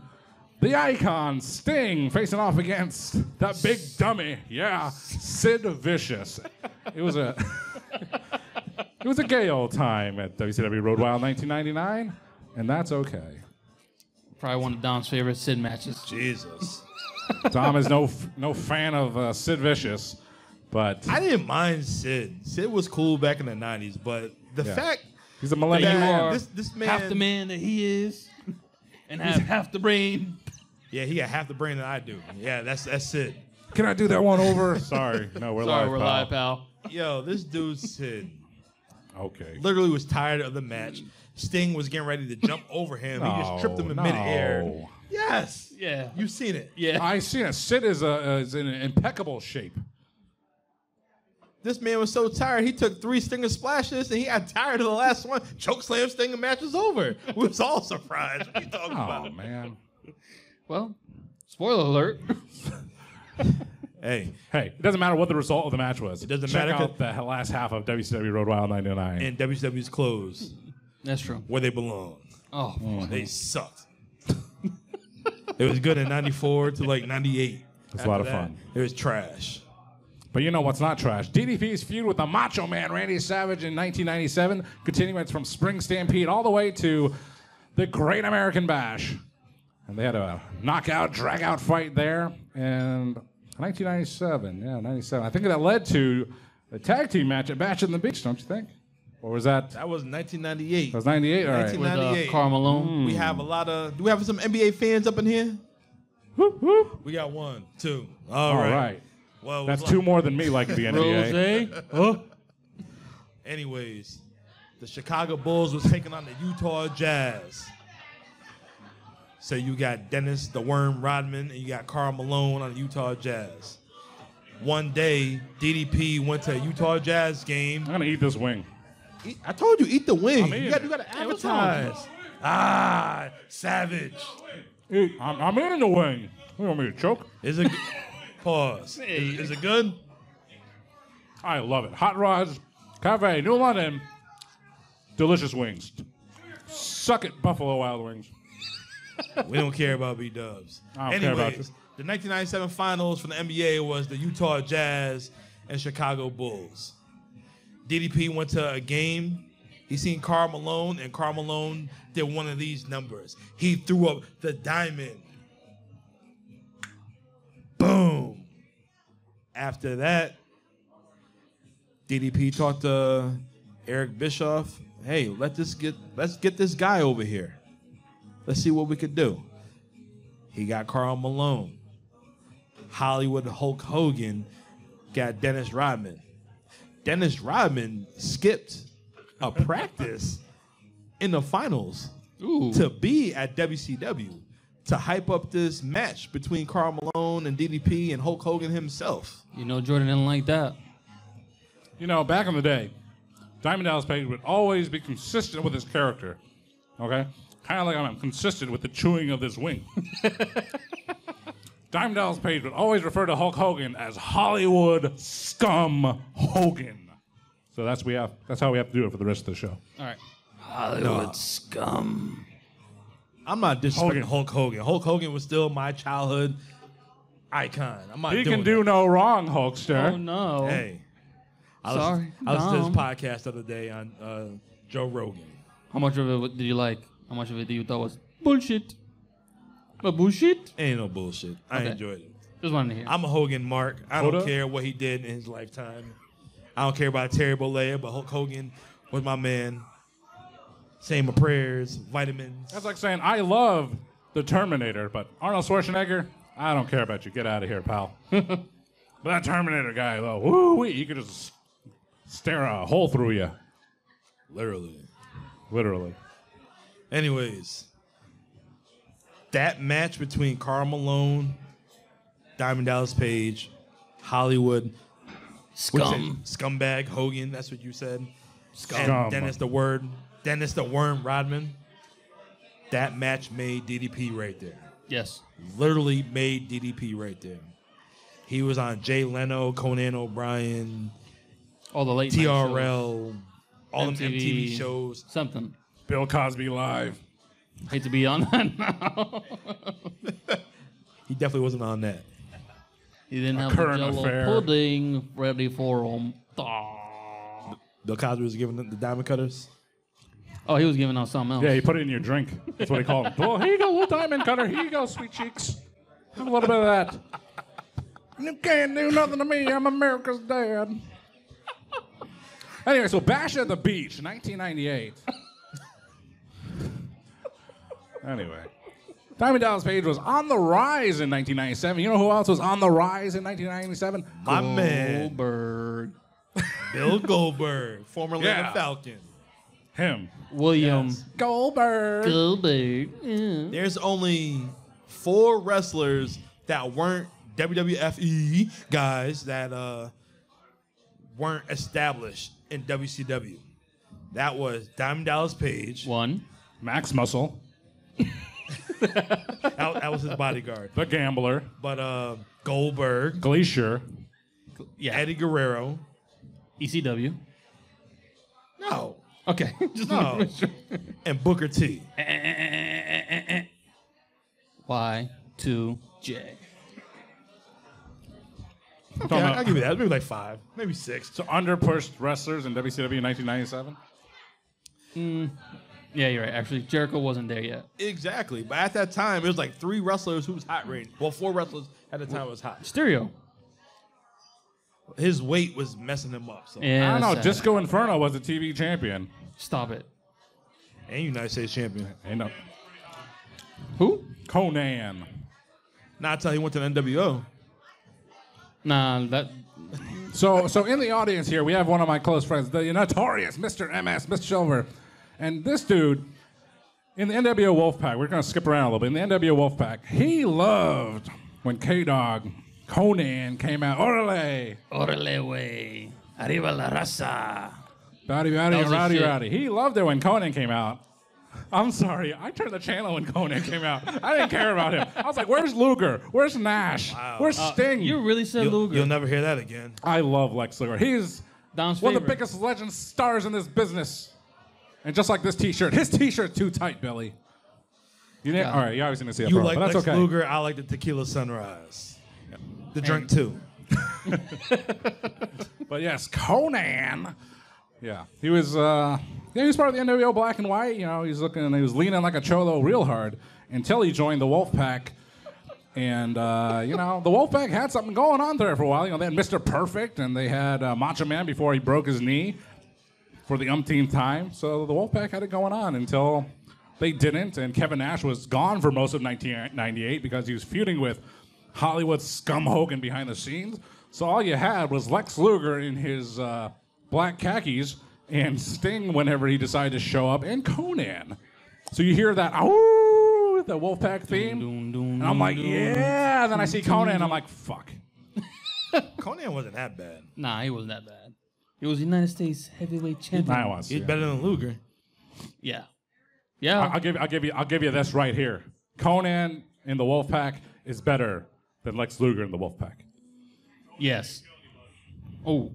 the icon Sting facing off against that big dummy, yeah, Sid Vicious. It was a <laughs> it was a gay old time at WCW Road Wild 1999, and that's okay.
Probably one of Dom's favorite Sid matches.
Jesus.
Dom is no f- no fan of uh, Sid Vicious, but
I didn't mind Sid. Sid was cool back in the nineties, but the
Yeah.
fact
he's a millennial.
You
man.
are- This- this
half the man
man-
that he
<laughs>
is, and have half the brain.
yeah, he got half the brain that I do. Yeah, that's that's it.
Can I do that one over? <laughs> Sorry, no, we're
Sorry,
live.
we're
pal.
live, pal.
Yo, this dude Sid
Okay.
literally was tired of the match. Sting was getting ready to jump over him. he just tripped him in
No,
midair.
Oh, no.
Yes.
Yeah.
You've seen it.
Yeah.
I see it. Sid is, uh, is in impeccable shape.
This man was so tired, he took three stinger splashes and he got tired of the last one. Choke slam sting and match is over. <laughs> We was all surprised. What are you talking
Oh
about?
man.
well, spoiler alert. <laughs>
Hey,
Hey, it doesn't matter what the result of the match was. It
doesn't
Check
matter
out the last half of WCW Road Wild 99.
and WWE's clothes,
That's true.
where they belong.
Oh,
Mm.
They sucked. <laughs> it was good in 94 to like 98.
It's a lot of
After that,
fun.
It was trash.
But you know what's not trash? DDP's feud with the Macho Man Randy Savage in 1997, continuing from Spring Stampede all the way to the Great American Bash. And they had a knockout, drag out fight there. And 1997, yeah, 97. I think that led to a tag team match at Bash in the Beach, don't you think? Or was that? That
That was 1998.
was 98, all right.
1998.
with uh,
98.
Karl Malone.
we have a lot of. Do we have some NBA fans up in here?
Whoop, whoop.
We got one, two.
All
all
right.
right. Well, it was
That's
like-
two more than me like the NBA.
Rose. Oh.
Anyways, the Chicago Bulls was taking on the Utah Jazz. So you got Dennis the Worm Rodman and you got Carl Malone on the Utah Jazz. One day, DDP went to a Utah Jazz game.
I'm going to eat this wing.
Eat- I told you, eat the wing.
in.
You got, you got to
Hey, what's wrong with you?
advertise. Ah, savage.
Eat. I'm, I'm in the wing. You want me to choke?
Is it pause? Is, is it good?
I love it. Hot Rods Cafe, New London. Delicious wings. Suck it, Buffalo Wild Wings.
<laughs> We don't care about B Dubs.
I don't care
Anyways,
about you.
the 1997 finals for the NBA was the Utah Jazz and Chicago Bulls. DDP went to a game. He seen Carl Malone, and Carl Malone did one of these numbers. He threw up the diamond. Boom. After that, DDP talked to Eric Bischoff. Hey, let this get let's get this guy over here. Let's see what we could do. He got Carl Malone. Hollywood Hulk Hogan got Dennis Rodman. Dennis Rodman skipped a practice in the finals
Ooh.
to be at WCW to hype up this match between Carl Malone and DDP and Hulk Hogan himself.
You know Jordan didn't like that.
You know, back in the day, Diamond Dallas Page would always be consistent with his character. Okay? Kind of like I'm consistent with the chewing of this wing. <laughs> Diamond Dallas Page would always refer to Hulk Hogan as Hollywood Scum Hogan. So that's we have. That's how we have to do it for the rest of the show.
All right. Hollywood scum.
I'm not disrespecting
Hogan.
Hulk Hogan. Hulk Hogan was still my childhood icon. I'm not
He
doing
can do
that.
no wrong, Hulkster.
Oh no.
Hey, I was,
Sorry,
I listened to
Dom.
his podcast the other day on uh, Joe Rogan.
How much of it wa- did you like? How much of it did you thought was bullshit? But bullshit.
Ain't no bullshit. I
Okay.
enjoyed it.
Just wanted to hear.
I'm a Hogan Mark. I
Hold
don't
up.
care what he did in his lifetime. I don't care about Terry Bollea, but Hulk Hogan was my man. Same with prayers, vitamins.
That's like saying I love the Terminator, but Arnold Schwarzenegger, I don't care about you. Get out of here, pal. <laughs> but that Terminator guy, though, woo wee, he could just stare a hole through you,
Literally.
literally.
Anyways, that match between Carl Malone, Diamond Dallas Page, Hollywood, what'd you
Scum.
say? scumbag Hogan. That's what you said.
Scum.
And Dennis the Word, Dennis the Worm Rodman. That match made DDP right there.
Yes.
Literally made DDP right there. He was on Jay Leno, Conan O'Brien,
All the late night shows.
TRL, all them MTV shows.
Something.
Bill Cosby live.
Hate to be on that <laughs> now.
He definitely wasn't on that.
he didn't have
current
the Jello
affair.
pudding ready for him. Aw.
Bill Cosby was giving them the diamond cutters.
Oh, he was giving out something else.
Yeah, he put it in your drink. That's what he called him. Well, Oh, here you go, little diamond cutter. Here you go, sweet cheeks. Have a little bit of that. You can't do nothing to me. I'm America's dad. Anyway, so Bash at the Beach, 1998. anyway. Diamond Dallas Page was on the rise in 1997. You know who else was on the rise in 1997?
My man,
Goldberg,
Bill Goldberg, former
Yeah.
Atlanta Falcon.
Him.
William
Yes.
Goldberg.
Goldberg. Yeah.
There's only four wrestlers that weren't WWFE E guys that uh, weren't established in WCW. That was Diamond Dallas Page.
One.
Max Muscle,
That, that was his bodyguard.
The Gambler,
But uh, Goldberg,
Glacier,
Yeah.
Eddie Guerrero.
ECW.
No.
E Okay. <laughs> Just
No.
wanted to make
And Booker T.
sure. Y two J.
Okay, I- I'll give you that. Maybe like five, maybe six.
So underpushed wrestlers in WCW in 1997.
Yeah, you're right. Actually, Jericho wasn't there yet.
Exactly. But at that time, it was like three wrestlers who was hot rating. Well, four wrestlers at the time was hot.
Stereo.
His weight was messing him up. So.
Yeah.
I don't know.
that's sad.
Disco Inferno was the TV champion.
stop it.
And United States champion.
And uh,
Who?
Conan.
Not until he went to the NWO.
Nah, that
So, so in the audience here, we have one of my close friends, the notorious Mr. MS, Mr. Silver, and this dude in the NWO Wolfpack. We're gonna skip around a little bit. In the NWO Wolfpack, he loved when K Dog Conan came out. Orale,
Orale, wey. Arriba la raza.
Bowdy Bowdy,
That
and
was his
Rowdy
shit.
Rowdy. He loved it when Conan came out. I'm sorry, I turned the channel when Conan came out. I didn't care about him. I was like, where's Luger? Where's Nash? Where's Sting?
You really said
You'll,
Luger.
you'll never hear that again.
I love Lex Luger. He's
Don's
one of the
favorite.
biggest legend stars in this business. And just like this T-shirt, his T-shirt's too tight, Billy. You didn't.
Yeah.
All right, you obviously didn't see that.
You
part,
like
but that's
Lex
okay.
Luger. I like the Tequila Sunrise. The drink too.
But yes, Conan. Yeah, he was. Uh, yeah, he was part of the NWO Black and White. You know, he's looking. He was leaning like a cholo, real hard, until he joined the Wolfpack. And uh, you know, the Wolfpack had something going on there for a while. You know, they had Mr. Perfect, and they had uh, Macho Man before he broke his knee for the umpteenth time. So the Wolfpack had it going on until they didn't. And Kevin Nash was gone for most of 1998 because he was feuding with Hollywood scum Hogan behind the scenes. So all you had was Lex Luger in his uh, black khakis and Sting whenever he decided to show up, and Conan. So you hear that, oh, the Wolfpack theme.
Dun, dun,
And I'm like,
dun,
yeah. And then I see Conan, I'm like, fuck.
Conan wasn't that bad.
Nah, he wasn't that bad. He was United States heavyweight champion.
I was.
He's better than Luger.
Yeah. Yeah.
I'll give, I'll give you, I'll give you this right here. Conan in the Wolfpack is better than Lex Luger in the Wolfpack.
yes. Oh.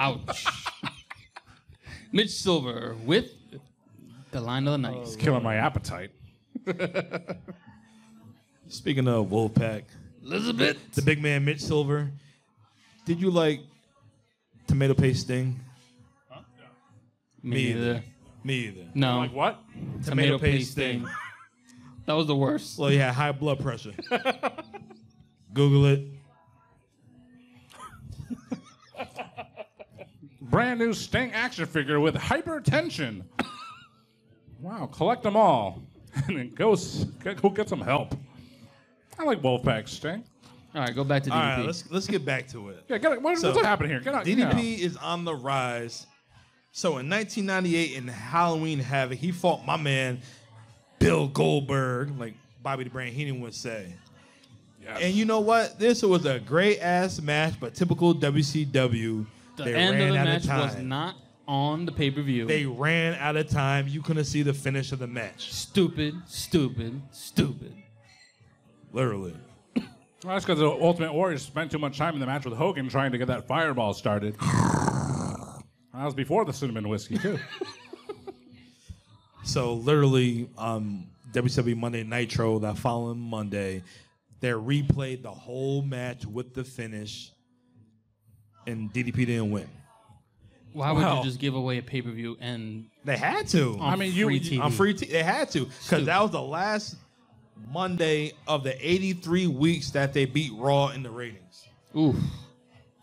Ouch.
<laughs>
Mitch Silver with the line of the night.
Oh.
Killing my appetite.
Speaking of Wolfpack,
Elizabeth.
the big man Mitch Silver. Did you like tomato paste Sting?
Me
either.
either.
Me either.
No.
Like what?
Tomato,
Tomato
paste
paste
thing.
thing.
That was the worst.
So he had high blood pressure. Google it.
Brand new Sting action figure with hypertension. wow, collect them all. <laughs> and then go, s- go go get some help. I like Wolfpack Sting.
All right, go back to DDP.
All right, let's let's get back to it.
Yeah, get it. What,
So,
what's happening here? Get out.
DDP
yeah.
is on the rise. So in 1998 in Halloween Havoc, he fought my man Bill Goldberg, like Bobby the Brain Heenan would say.
Yes.
And you know what? This was a great ass match, but typical WCW.
the
they
end
ran
of the
out
match
of time.
was not on the pay per view.
they ran out of time. You couldn't see the finish of the match,
stupid, stupid, stupid.
literally.
Well, that's because the Ultimate Warrior spent too much time in the match with Hogan trying to get that fireball started. that was before the cinnamon whiskey too.
So literally, um, WWE Monday Nitro that following Monday, they replayed the whole match with the finish, and DDP didn't win.
Why would
Wow.
you just give away a pay per view and
They had to.
on
I mean, you-
free
you-
TV?
on free. T- they had to because that was the last Monday of the 83 weeks that they beat Raw in the ratings.
Oof.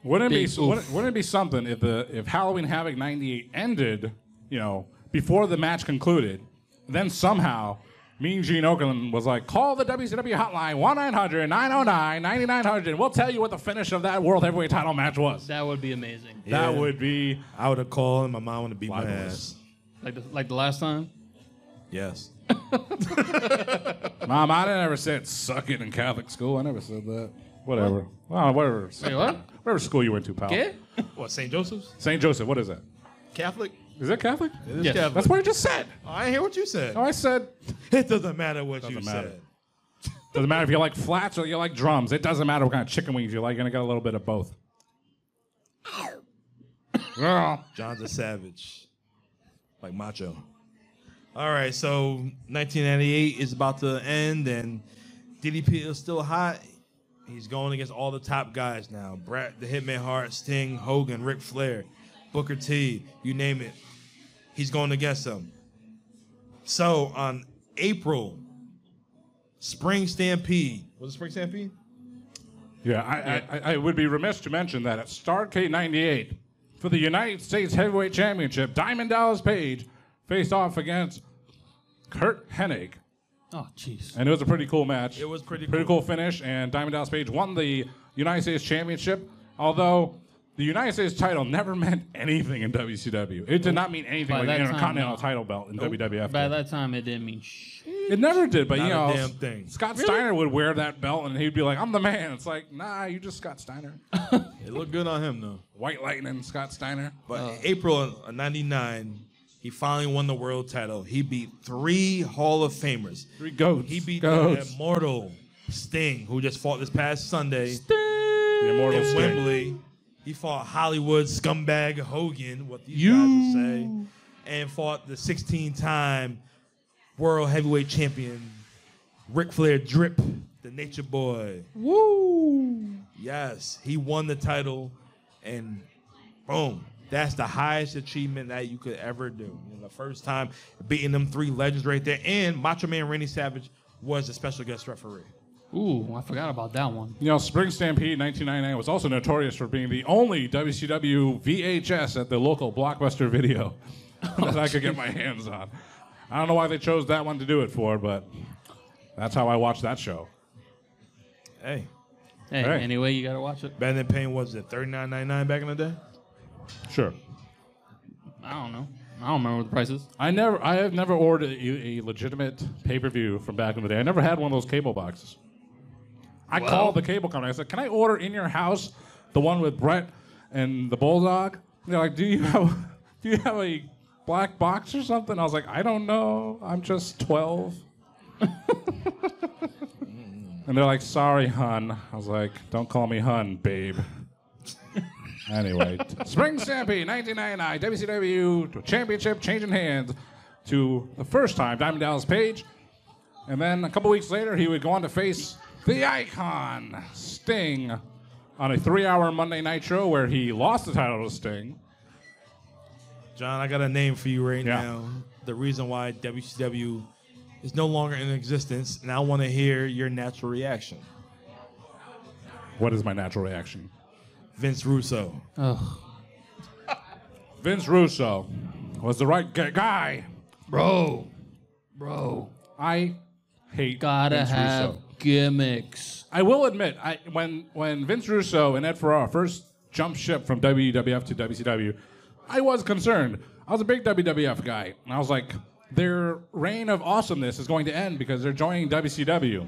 Wouldn't it
Big
be wouldn't,
oof.
wouldn't it be something if the if Halloween Havoc '98 ended, you know, before the match concluded, then somehow Mean Gene Okerlund was like, call the WCW hotline 1-900-909-9900. We'll tell you what the finish of that World Heavyweight Title match was.
That would be amazing.
Yeah.
That would be
I would have called, and my mom would have beat my
Libelous.
ass.
Like the, like the last time.
Yes.
Mom, I never said suck it in Catholic school. I never said that. Whatever. Well, whatever.
Wait, what?
Whatever school you went to, pal.
Oh.
Yeah.
What St. Joseph's
St. Joseph, what is that?
Catholic?
Is that Catholic?
It is
Yes.
Catholic.
That's what I just said.
I hear what you said.
No, I said
It doesn't matter what you
Doesn't matter.
said.
Doesn't matter if you like flats or you like drums. It doesn't matter what kind of chicken wings you like. You're gonna get a little bit of both. <coughs> Girl.
John's a savage, like Macho. All right, so 1998 is about to end, and DDP is still hot. He's going against all the top guys now: Bret, the Hitman Hart, Sting, Hogan, Ric Flair, Booker T. You name it, he's going against them. So on April, Spring Stampede was it Spring Stampede?
Yeah, I, I, I would be remiss to mention that at Starcade 98, for the United States Heavyweight Championship, Diamond Dallas Page faced off against Kurt Hennig.
<laughs> Oh, jeez.
And it was a pretty cool match.
It was pretty
Pretty
cool.
cool finish, and Diamond Dallas Page won the United States Championship, although the United States title never <laughs> meant anything in WCW. It did not mean anything
By
like
that
the
time,
Intercontinental
no.
title belt in WWF.
By
did.
that time, it didn't mean shit.
It never did, but
Not
you
a
know,
damn thing.
Scott Steiner would wear that belt and he'd be like, "I'm the man." It's like, nah, you just Scott
<laughs>
Steiner,
It looked good on him though.
White Lightning, Scott Steiner.
But April of '99, he finally won the world title. He beat three Hall of Famers.
Three goats.
He beat
goats.
the immortal Sting, who just fought this past Sunday
The immortal
in
Sting.
Wembley. He fought Hollywood scumbag Hogan, what these guys would say, and fought the 16-time world heavyweight champion Ric Flair Drip, the Nature Boy. Woo! Yes, he won the title, and boom. That's the highest achievement that you could ever do. You know, the first time beating them three legends right there, and Macho Man Randy Savage was a special guest referee.
Ooh, I forgot about that one.
You know, Spring Stampede 1999 was also notorious for being the only WCW VHS at the local Blockbuster video <laughs> that I could get my hands on. I don't know why they chose that one to do it for, but that's how I watched that show.
Hey,
Hey,
Hey.
anyway, you gotta watch it.
Better Than Pain was it thirty nine ninety nine back in the day?
Sure.
I don't know. I don't remember what the price is.
I never, I have never ordered a, a legitimate pay per view from back in the day. I never had one of those cable boxes. I called the cable company. I said, "Can I order in your house the one with Brett and the Bulldog?" And they're like, "Do you have, <laughs> do you have a black box or something?" I was like, "I don't know. I'm just <laughs> 12." and they're like, "Sorry, hun." I was like, "Don't call me hun, babe." Anyway, Spring Stampede 1999 WCW Championship changing hands to the first time Diamond Dallas Page, and then a couple weeks later he would go on to face the Icon Sting on a three-hour Monday Nitro where he lost the title to Sting.
John, I got a name for you right
Yeah.
now. The reason why WCW is no longer in existence, and I want to hear your natural reaction.
What is my natural reaction?
Vince Russo.
Ugh.
Vince Russo was the right gu- guy.
Bro. Bro.
I hate
Gotta
Vince
have
Russo.
gimmicks.
I will admit, I when when Vince Russo and Ed Ferrara first jumped ship from WWF to WCW, I was concerned. I was a big WWF guy, and I was like, their reign of awesomeness is going to end because they're joining WCW.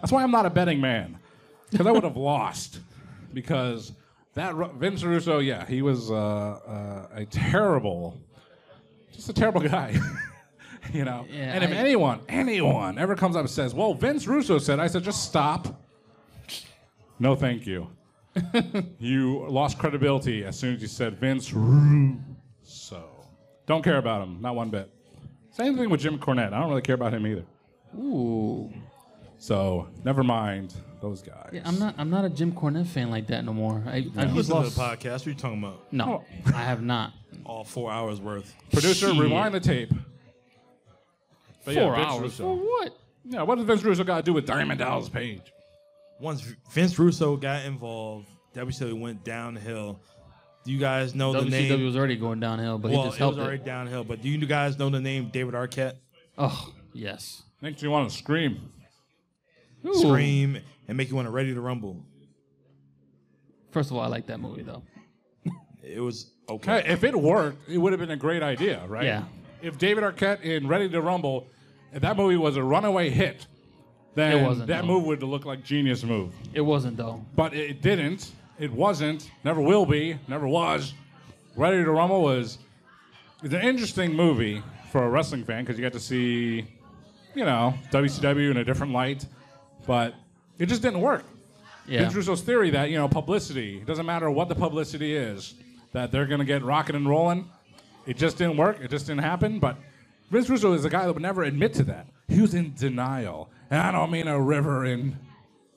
That's why I'm not a betting man, because I would have <laughs> lost. Because that Ru- Vince Russo, yeah, he was uh, uh, a terrible, just a terrible guy. <laughs> you know,
Yeah,
and if
I-
anyone, anyone ever comes up and says, "Well, Vince Russo said," I said, "Just stop." No, thank you. <laughs> you lost credibility as soon as you said Vince Russo. Don't care about him, not one bit. Same thing with Jim Cornette. I don't really care about him either.
Ooh.
So never mind those guys.
Yeah, I'm not. I'm not a Jim Cornette fan like that no more. I, I he's
Listen
lost.
to the podcast. What are you talking about?
No, I have not.
All four hours worth.
Producer,
Shit.
rewind the tape. But yeah,
Four
Vince
hours
Russo.
for what?
Yeah, what does Vince Russo got to do with Diamond Dallas Page?
Once Vince Russo got involved, WCW went downhill. Do you guys know the
WCW
name?
was already going downhill, but
well,
he
it
just
was
helped
already
it.
downhill, but do you guys know the name David Arquette?
Oh yes.
Makes you want to scream.
Ooh.
Scream and make you want to ready to rumble.
First of all, I like that movie though.
It was okay.
Hey, if it worked, it would have been a great idea, right?
Yeah.
If David Arquette in Ready to Rumble, if that movie was a runaway hit, then
It wasn't,
that
no.
move would look like genius move.
It wasn't though.
But it didn't. It wasn't. Never will be. Never was. Ready to Rumble was it's an interesting movie for a wrestling fan because you got to see, you know, WCW in a different light. But it just didn't work.
Yeah.
Vince Russo's theory that you know publicity it doesn't matter what the publicity is, that they're gonna get rocking and rolling. It just didn't work. It just didn't happen. But Vince Russo is a guy that would never admit to that. He was in denial, and I don't mean a river in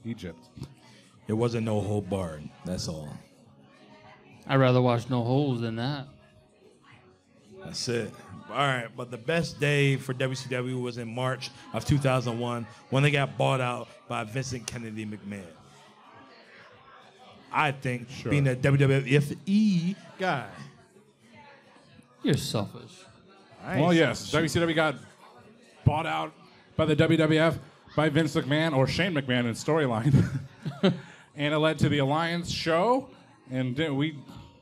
Egypt.
It wasn't no whole barn. That's all.
I'd rather watch No Holes than that.
That's it. All right, but the best day for WCW was in March of 2001 when they got bought out by Vincent Kennedy McMahon. I think
Sure.
being a WWFE E guy.
You're selfish.
Well, yes, WCW got bought out by the WWF by Vince McMahon or Shane McMahon in storyline, <laughs> and it led to the Alliance show, and uh, we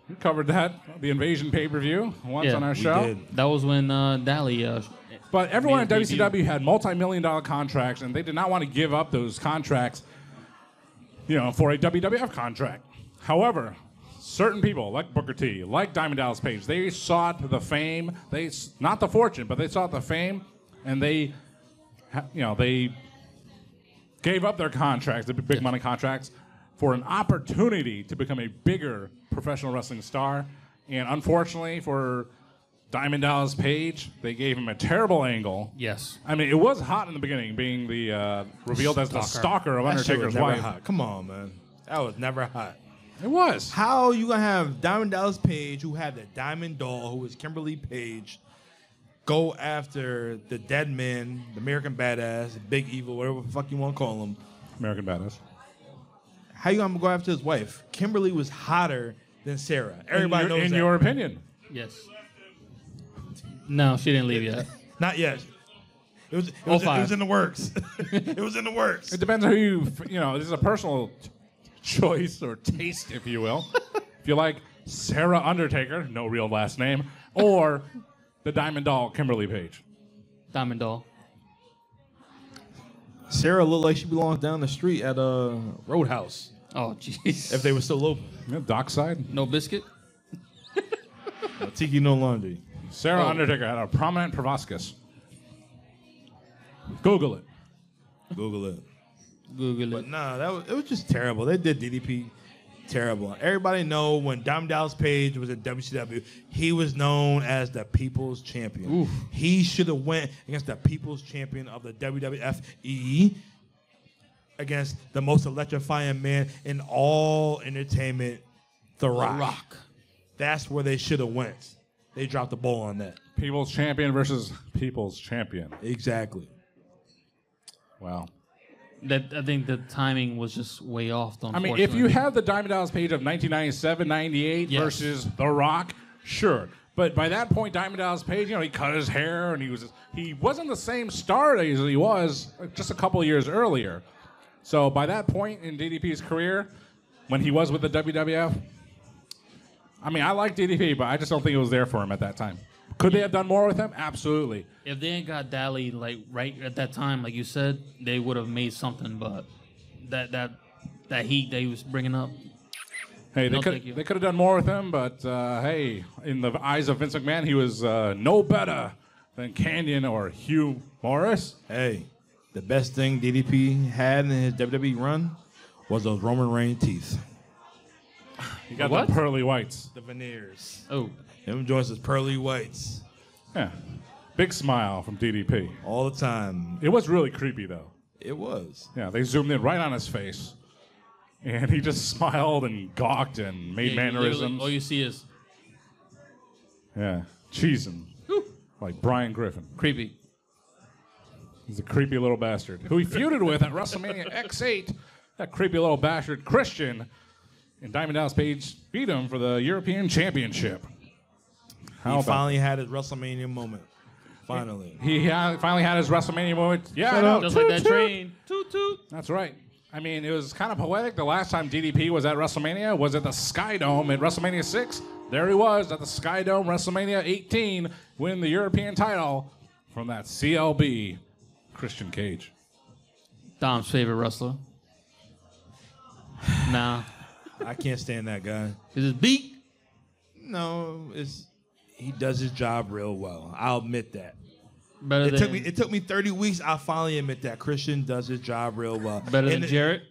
we covered that the Invasion pay per view once
Yeah,
on our
we
show.
did.
That was when uh, Dally. Uh,
But everyone
Made
at
a debut.
WCW had multi-million dollar contracts, and they did not want to give up those contracts, you know, for a WWF contract. However, certain people like Booker T, like Diamond Dallas Page, they sought the fame. They s- not the fortune, but they sought the fame, and they, ha- you know, they gave up their contracts, the big money contracts, for an opportunity to become a bigger professional wrestling star. And unfortunately for Diamond Dallas Page, they gave him a terrible angle.
yes.
I mean, it was hot in the beginning, being the uh, revealed as the stalker of
That shit
Undertaker's
was never
wife.
hot. Come on, man. That was never hot.
It was.
How you gonna have Diamond Dallas Page, who had the Diamond Doll, who was Kimberly Page, go after the dead man, the American Badass, the Big Evil, whatever the fuck you want to call him?
American Badass.
How you gonna go after his wife? Kimberly was hotter than Sarah. Everybody
in your,
knows
in
that.
your opinion.
Yes. No, she didn't leave yet.
Not yet. It was, it,
Oh,
was, it
five.
was in the works. <laughs> it was in the works.
It depends who you, f- you know, this is a personal t- choice or taste, if you will. if you like Sarah Undertaker, no real last name, or the Diamond Doll Kimberly Page.
Diamond Doll.
Sarah looked like she belongs down the street at a roadhouse
Oh jeez.
if they were still open.
Yeah, Dockside.
no biscuit.
Tiki no laundry.
Sarah
Oh.
Undertaker had a prominent proboscis. Google it.
Google it.
Google it.
But nah, that was, it was just terrible. They did DDP terrible. Everybody know when Diamond Dallas Page was at WCW, he was known as the People's Champion.
Oof.
He should have went against the People's Champion of the WWFE E against the most electrifying man in all entertainment, The Rock.
Rock.
That's where they should have went. They dropped the ball on that.
People's champion versus people's champion.
Exactly.
Wow.
That I think the timing was just way off.
I mean, if you
unfortunately.
have the Diamond Dallas Page of 1997, 98
Yes.
versus The Rock, sure. But by that point, Diamond Dallas Page, you know, he cut his hair and he was he wasn't the same star as he was just a couple years earlier. So by that point in DDP's career, when he was with the WWF, I mean, I like DDP, but I just don't think it was there for him at that time. Could they have done more with him? Absolutely.
if they ain't got Dally like right at that time, like you said, they would have made something. But that that that heat they was bringing up,
Hey, they
No, thank you.
could they could have done more with him, but uh, hey, in the eyes of Vince McMahon, he was uh, no better than Canyon or Hugh Morris.
Hey, the best thing DDP had in his WWE run was those Roman Reigns teeth.
He got
What?
the pearly whites.
The veneers.
oh,
Them joints is pearly whites
Yeah, big smile from DDP.
all the time.
It was really creepy though.
It was.
Yeah, they zoomed in right on his face, and he just <laughs> smiled and gawked and made
yeah, literally,
mannerisms.
All you see is
yeah, cheesing
whew,
like Brian Griffin.
creepy.
He's a creepy little bastard who he feuded with at WrestleMania X8. That creepy little bastard Christian and Diamond Dallas Page beat him for the European Championship. How
he
about-
finally had his WrestleMania moment. Finally.
he ha- finally had his WrestleMania moment. Yeah, I
Shut
know.
up.
Just
Toot,
like that
toot.
train, toot toot.
That's right. I mean, it was kind of poetic. The last time DDP was at WrestleMania was at the Sky Dome at WrestleMania 6. There he was at the Sky Dome WrestleMania 18, winning the European title from that CLB Christian Cage.
Dom's favorite wrestler. Nah,
I can't stand that guy.
is it beat?
No, it's he does his job real well. I'll admit that.
Better
It
than
took me it took me 30 weeks. I finally admit that Christian does his job real well.
better than
And it-
Jarrett.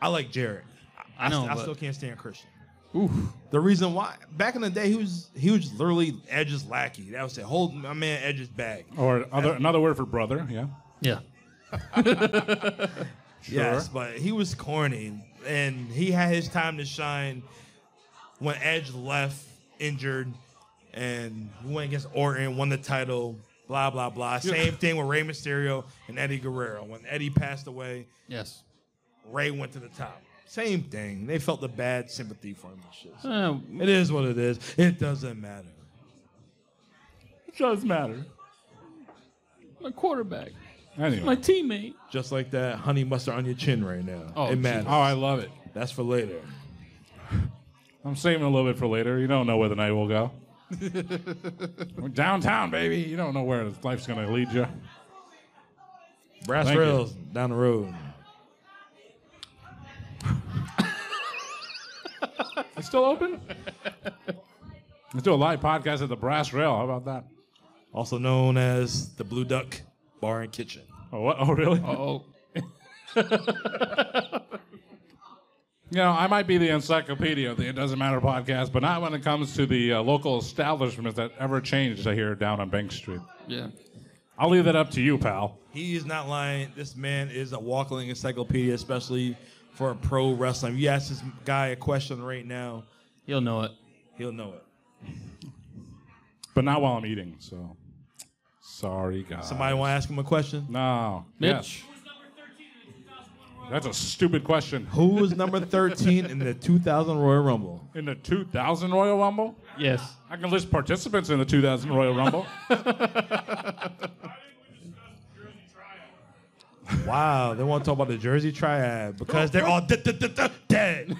I like Jared.
I know,
I,
but-
still can't stand Christian.
Oof.
The reason why back in the day he was he was literally Edge's lackey. That was it. Hold my man Edge's bag.
Or other, another word for brother, yeah.
Yeah.
Yes, but he was corny and he had his time to shine when Edge left injured and he went against Orton, won the title, blah blah blah. Same thing with Rey Mysterio and Eddie Guerrero. When Eddie passed away,
Yes.
Ray went to the top. Same thing. They felt the bad sympathy for him and shit. So
Uh,
It is what it is. It doesn't matter.
It does matter.
my quarterback,
Anyway.
teammate.
Just like that honey mustard on your chin right now.
Oh,
it matters.
Oh, I love it.
That's for later.
I'm saving a little bit for later. You don't know where the night will
<laughs>
go. We're downtown, baby. You don't know where life's going to lead you.
Brass
Thank you.
rails down the road.
It's still open? Let's do a live podcast at the Brass Rail. How about that?
Also known as the Blue Duck Bar and Kitchen.
Oh, what? oh really?
Oh,
You know, I might be the encyclopedia of the It Doesn't Matter podcast, but not when it comes to the uh, local establishments that ever changed, I hear, down on Bank Street.
yeah.
I'll leave that up to you, pal.
He is not lying. This man is a walking encyclopedia, especially for a pro wrestling. If you ask this guy a question right now,
You'll know it.
he'll know it.
But not while I'm eating, so. Sorry, guys.
Somebody want to ask him a question?
No. Yes.
Mitch.
That's a stupid question.
Who was number 13 in the 2000 Royal Rumble?
In the 2000 Royal Rumble?
Yes.
I can list participants in the 2000 Royal Rumble.
Wow, they want to talk about the Jersey Triad because they're all d- d- d- d- dead.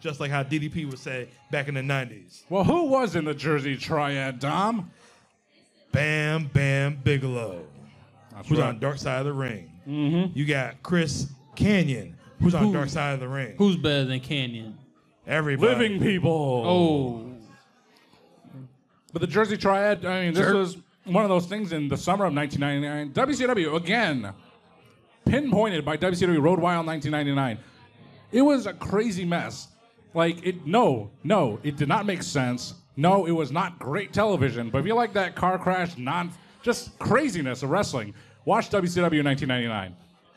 Just like how DDP would say back in the 90s.
well, who was in the Jersey Triad, Dom?
Bam Bam Bigelow,
That's
who's
right. Mm-hmm.
on Dark Side of the Ring. You got Chris Canyon, who's on
Who-
Dark Side of the Ring.
Who's better than Canyon?
Everybody.
Living people.
Oh,
But the Jersey Triad, I mean, this
Jer-
was one of those things in the summer of 1999. WCW, again, pinpointed by WCW Road Wild 1999. It was a crazy mess. Like, it, no, no, it did not make sense. No, it was not great television. But if you like that car crash, non, just craziness of wrestling, watch WCW 1999.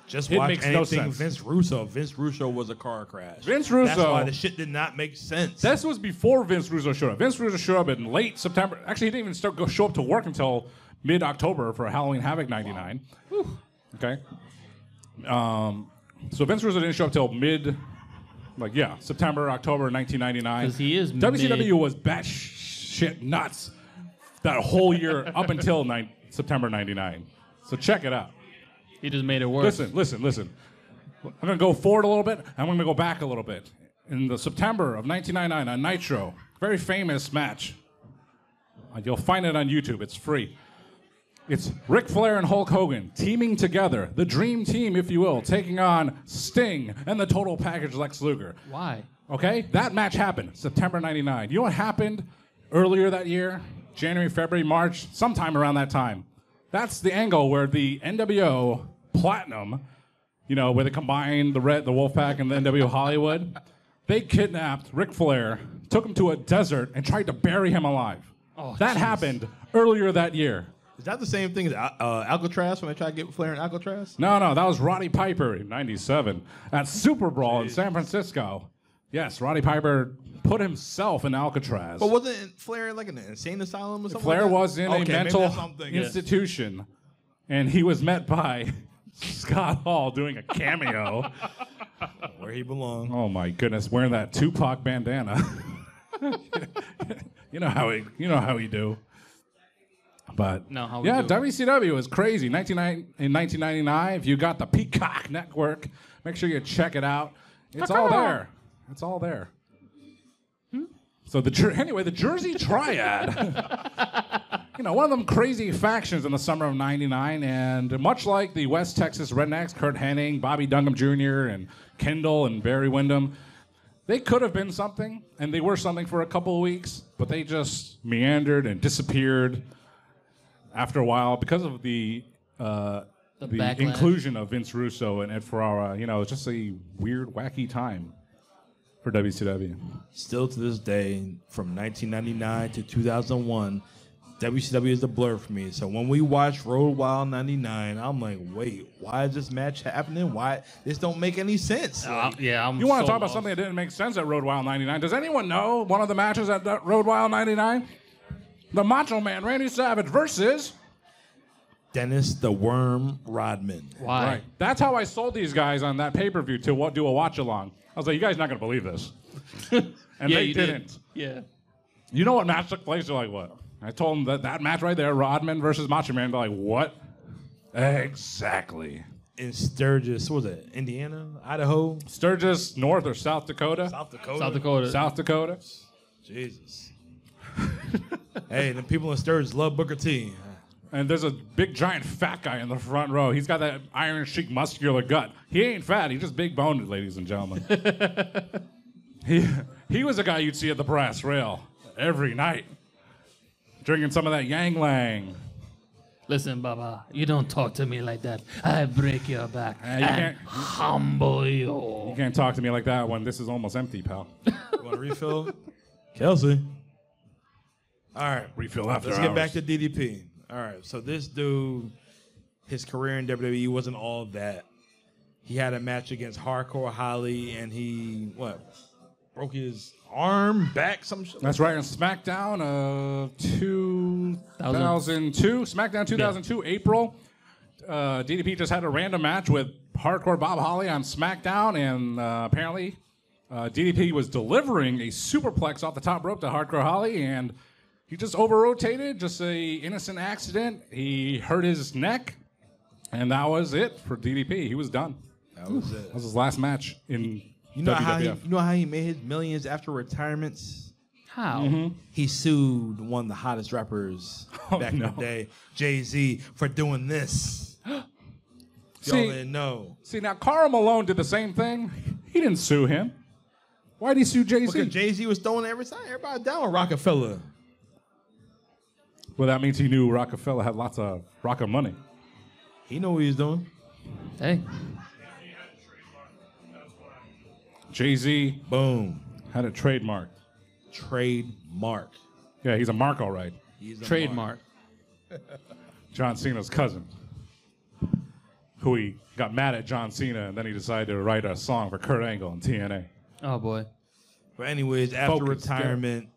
Just
It
watch
makes no
anything
sense.
Vince Russo. Vince Russo was a car crash.
Vince
That's
Russo-
why the shit did not make sense.
This was before Vince Russo showed up. Vince Russo showed up in late September. Actually, he didn't even start go show up to work until mid October for Halloween Havoc '99. Okay. Um, so Vince Russo didn't show up till mid, like yeah, September October 1999.
'Cause he is
WCW
mid-
was bat shit nuts that whole year up until nine, September '99. So check it out.
He just made it worse.
Listen, listen, listen. I'm going to go forward a little bit. I'm going to go back a little bit. In the September of 1999 on Nitro, very famous match. Uh, You'll find it on YouTube. It's free. It's Ric Flair and Hulk Hogan teaming together, the dream team, if you will, taking on Sting and the total package Lex Luger.
Why?
Okay, that match happened September 99. You know what happened earlier that year? January, February, March, sometime around that time. That's the angle where the NWO Platinum, you know, where they combined the Red, the Wolfpack, and the NWO Hollywood, they kidnapped Ric Flair, took him to a desert, and tried to bury him alive.
Oh,
that
jeez.
happened earlier that year.
Is that the same thing as Al- uh, Alcatraz when they try to get Flair and Alcatraz?
No, no, that was Roddy Piper in 97 at Super Brawl in San Francisco. Yes, Roddy Piper put himself in Alcatraz.
But wasn't Flair like in an insane asylum or something?
Flair
like that?
was in
Okay,
a
maybe
mental
that's something.
institution, and he was met by <laughs> Scott Hall doing a cameo.
where he belonged.
oh my goodness, wearing that Tupac bandana. <laughs> you know how he, you know how he do. But
No, how we
yeah,
do.
WCW is crazy. 1999 in 1999, if you got the Peacock Network, make sure you check it out. It's all there. It's all there. So the Jer- anyway, the Jersey Triad. <laughs> you know, one of them crazy factions in the summer of '99, and much like the West Texas Rednecks, Kurt Hennig, Bobby Dungham Jr., and Kendall and Barry Windham, they could have been something, and they were something for a couple of weeks, but they just meandered and disappeared after a while because of the. Uh,
The
the
backlash.
inclusion of Vince Russo and Ed Ferrara, you know, it's just a weird, wacky time for WCW.
Still to this day, from 1999 to 2001, WCW is a blur for me. So when we watch Road Wild 99, I'm like, wait, why is this match happening? Why this don't make any sense?
Uh, yeah, I'm
You want
so
to talk about
lost.
something that didn't make sense at Road Wild 99? Does anyone know one of the matches at that Road Wild 99? The Macho Man Randy Savage versus.
Dennis the Worm Rodman.
Why?
That's how I sold these guys on that pay per view to wa- do a watch along. I was like, you guys not going to believe this. <laughs> And
Yeah,
they
you
didn't.
Did. Yeah.
You know what match took place? They're like, what? I told them that that match right there, Rodman versus Macho Man. They're like, what? Exactly.
In Sturgis, what was it? Indiana? Idaho?
Sturgis, North or South Dakota?
South Dakota?
South Dakota.
South Dakota.
Jesus. <laughs> hey, the people in Sturgis love Booker T. <laughs>
And there's a big, giant, fat guy in the front row. He's got that iron chic, muscular gut. He ain't fat. He's just big boned, ladies and gentlemen. he, he was a guy you'd see at the brass rail every night, drinking some of that Yang Lang.
Listen, Baba, you don't talk to me like that. I break your back.
Uh, you
and
can't-
humble you.
You can't talk to me like that when this is almost empty,
<laughs>
pal.
You want to refill? Kelsey. All right.
Refill after
Let's get back to DDP. All right, so this dude, his career in WWE wasn't all that. He had a match against Hardcore Holly, and he what broke his arm, back, some shit.
That's right on SmackDown of 2002. SmackDown 2002, April. Uh, DDP just had a random match with Hardcore Bob Holly on SmackDown, and uh, apparently uh, DDP was delivering a superplex off the top rope to Hardcore Holly, and he just over rotated, just a innocent accident. He hurt his neck, and that was it for DDP. He was done.
That was it.
That was his last match in
You know how he,
WWF.
you know how he made his millions after retirements?
How?
Mm-hmm.
He sued one of the hottest rappers
Oh, no.
back in the day, Jay Z, for doing this. Y'all
<gasps> See-
didn't know.
See now, Carl Malone did the same thing. He didn't sue him. Why would he sue Jay
Because
Z?
Jay Z was throwing every side, everybody down with Rockefeller.
Well, that means he knew Rockefeller had lots of rock of money.
He know what he's doing.
Hey,
Jay Z
Boom.
had a trademark.
Trademark.
Yeah, he's a mark, all right.
He's a
trademark.
John Cena's cousin. who he got mad at John Cena, and then he decided to write a song for Kurt Angle and TNA.
Oh boy.
But anyways, after
Focus, Garrett.
retirement,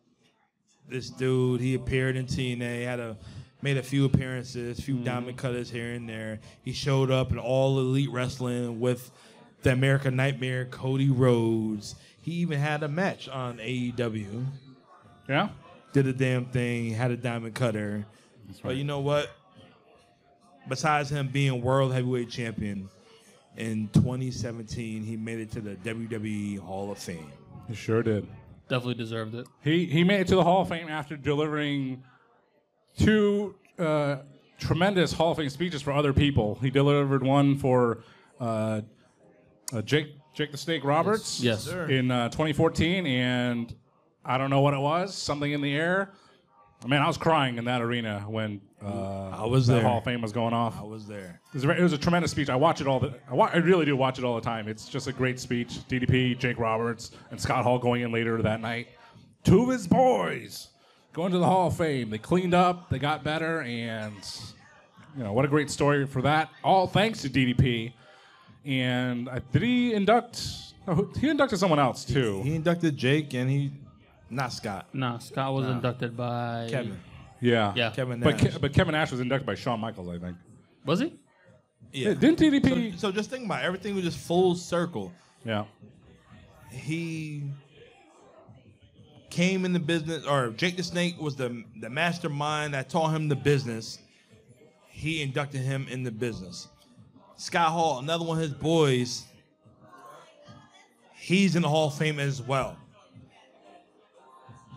this dude he appeared in TNA, had a made a few appearances, few diamond cutters here and there. He showed up in All Elite Wrestling with the American Nightmare Cody Rhodes. He even had a E match on AEW.
Yeah,
Did a damn thing. Had a diamond cutter. But
right.
you know what? Besides him being world heavyweight champion in 2017, he made it to the WWE Hall of Fame.
he sure did.
Definitely deserved it.
He he made it to the Hall of Fame after delivering two uh, tremendous Hall of Fame speeches for other people. He delivered one for uh, uh, Jake Jake the Snake Roberts,
Yes, sir.
in uh, 2014, and I don't know what it was, something in the air. Man, I was crying in that arena when uh, I
was
that
there.
Hall of Fame was going off.
I was there.
It was, a, it was a tremendous speech. I watch it all the. I, wa- I really do watch it all the time. It's just a great speech. DDP, Jake Roberts, and Scott Hall going in later that night. Two of his boys going to the Hall of Fame. They cleaned up. They got better, and you know what a great story for that. All thanks to DDP. And I, did he induct? No, who- he inducted someone else too.
He inducted Jake and he, not Scott,
Nah, Scott was inducted by
Kevin.
Yeah.
Yeah.
Kevin
But,
Nash.
Ke- but Kevin Nash was inducted by Shawn Michaels, I think.
Was he?
yeah.
Didn't DDP?
So just think about it. everything was just full circle.
yeah.
He came in the business, or Jake the Snake was the, the mastermind that taught him the business. He inducted him in the business. Scott Hall, another one of his boys, he's in the Hall of Fame as well.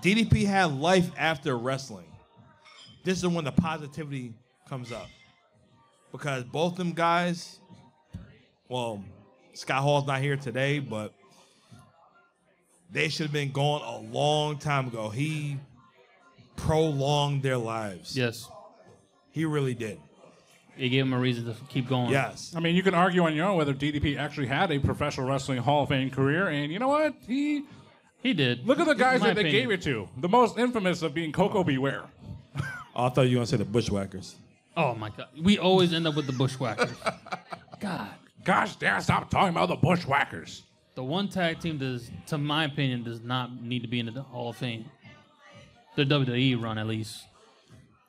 DDP had life after wrestling. This is when the positivity comes up. Because both them guys, well, Scott Hall's not here today, but they should have been gone a long time ago. He prolonged their lives.
Yes.
He really did.
It gave him a reason to f- keep going.
Yes.
I mean, you can argue on your own whether DDP actually had a professional wrestling Hall of Fame career, and you know what? He
He did.
look at the
In
guys
my
that they
opinion.
gave it to. The most infamous of being Coco Beware.
Oh, I thought you were going to say the Bushwhackers.
Oh my god. We always end up with the bushwhackers. <laughs> god.
Gosh, damn! Stop talking about the Bushwhackers.
The one tag team does to my opinion does not need to be in the Hall of Fame. The WWE run at least.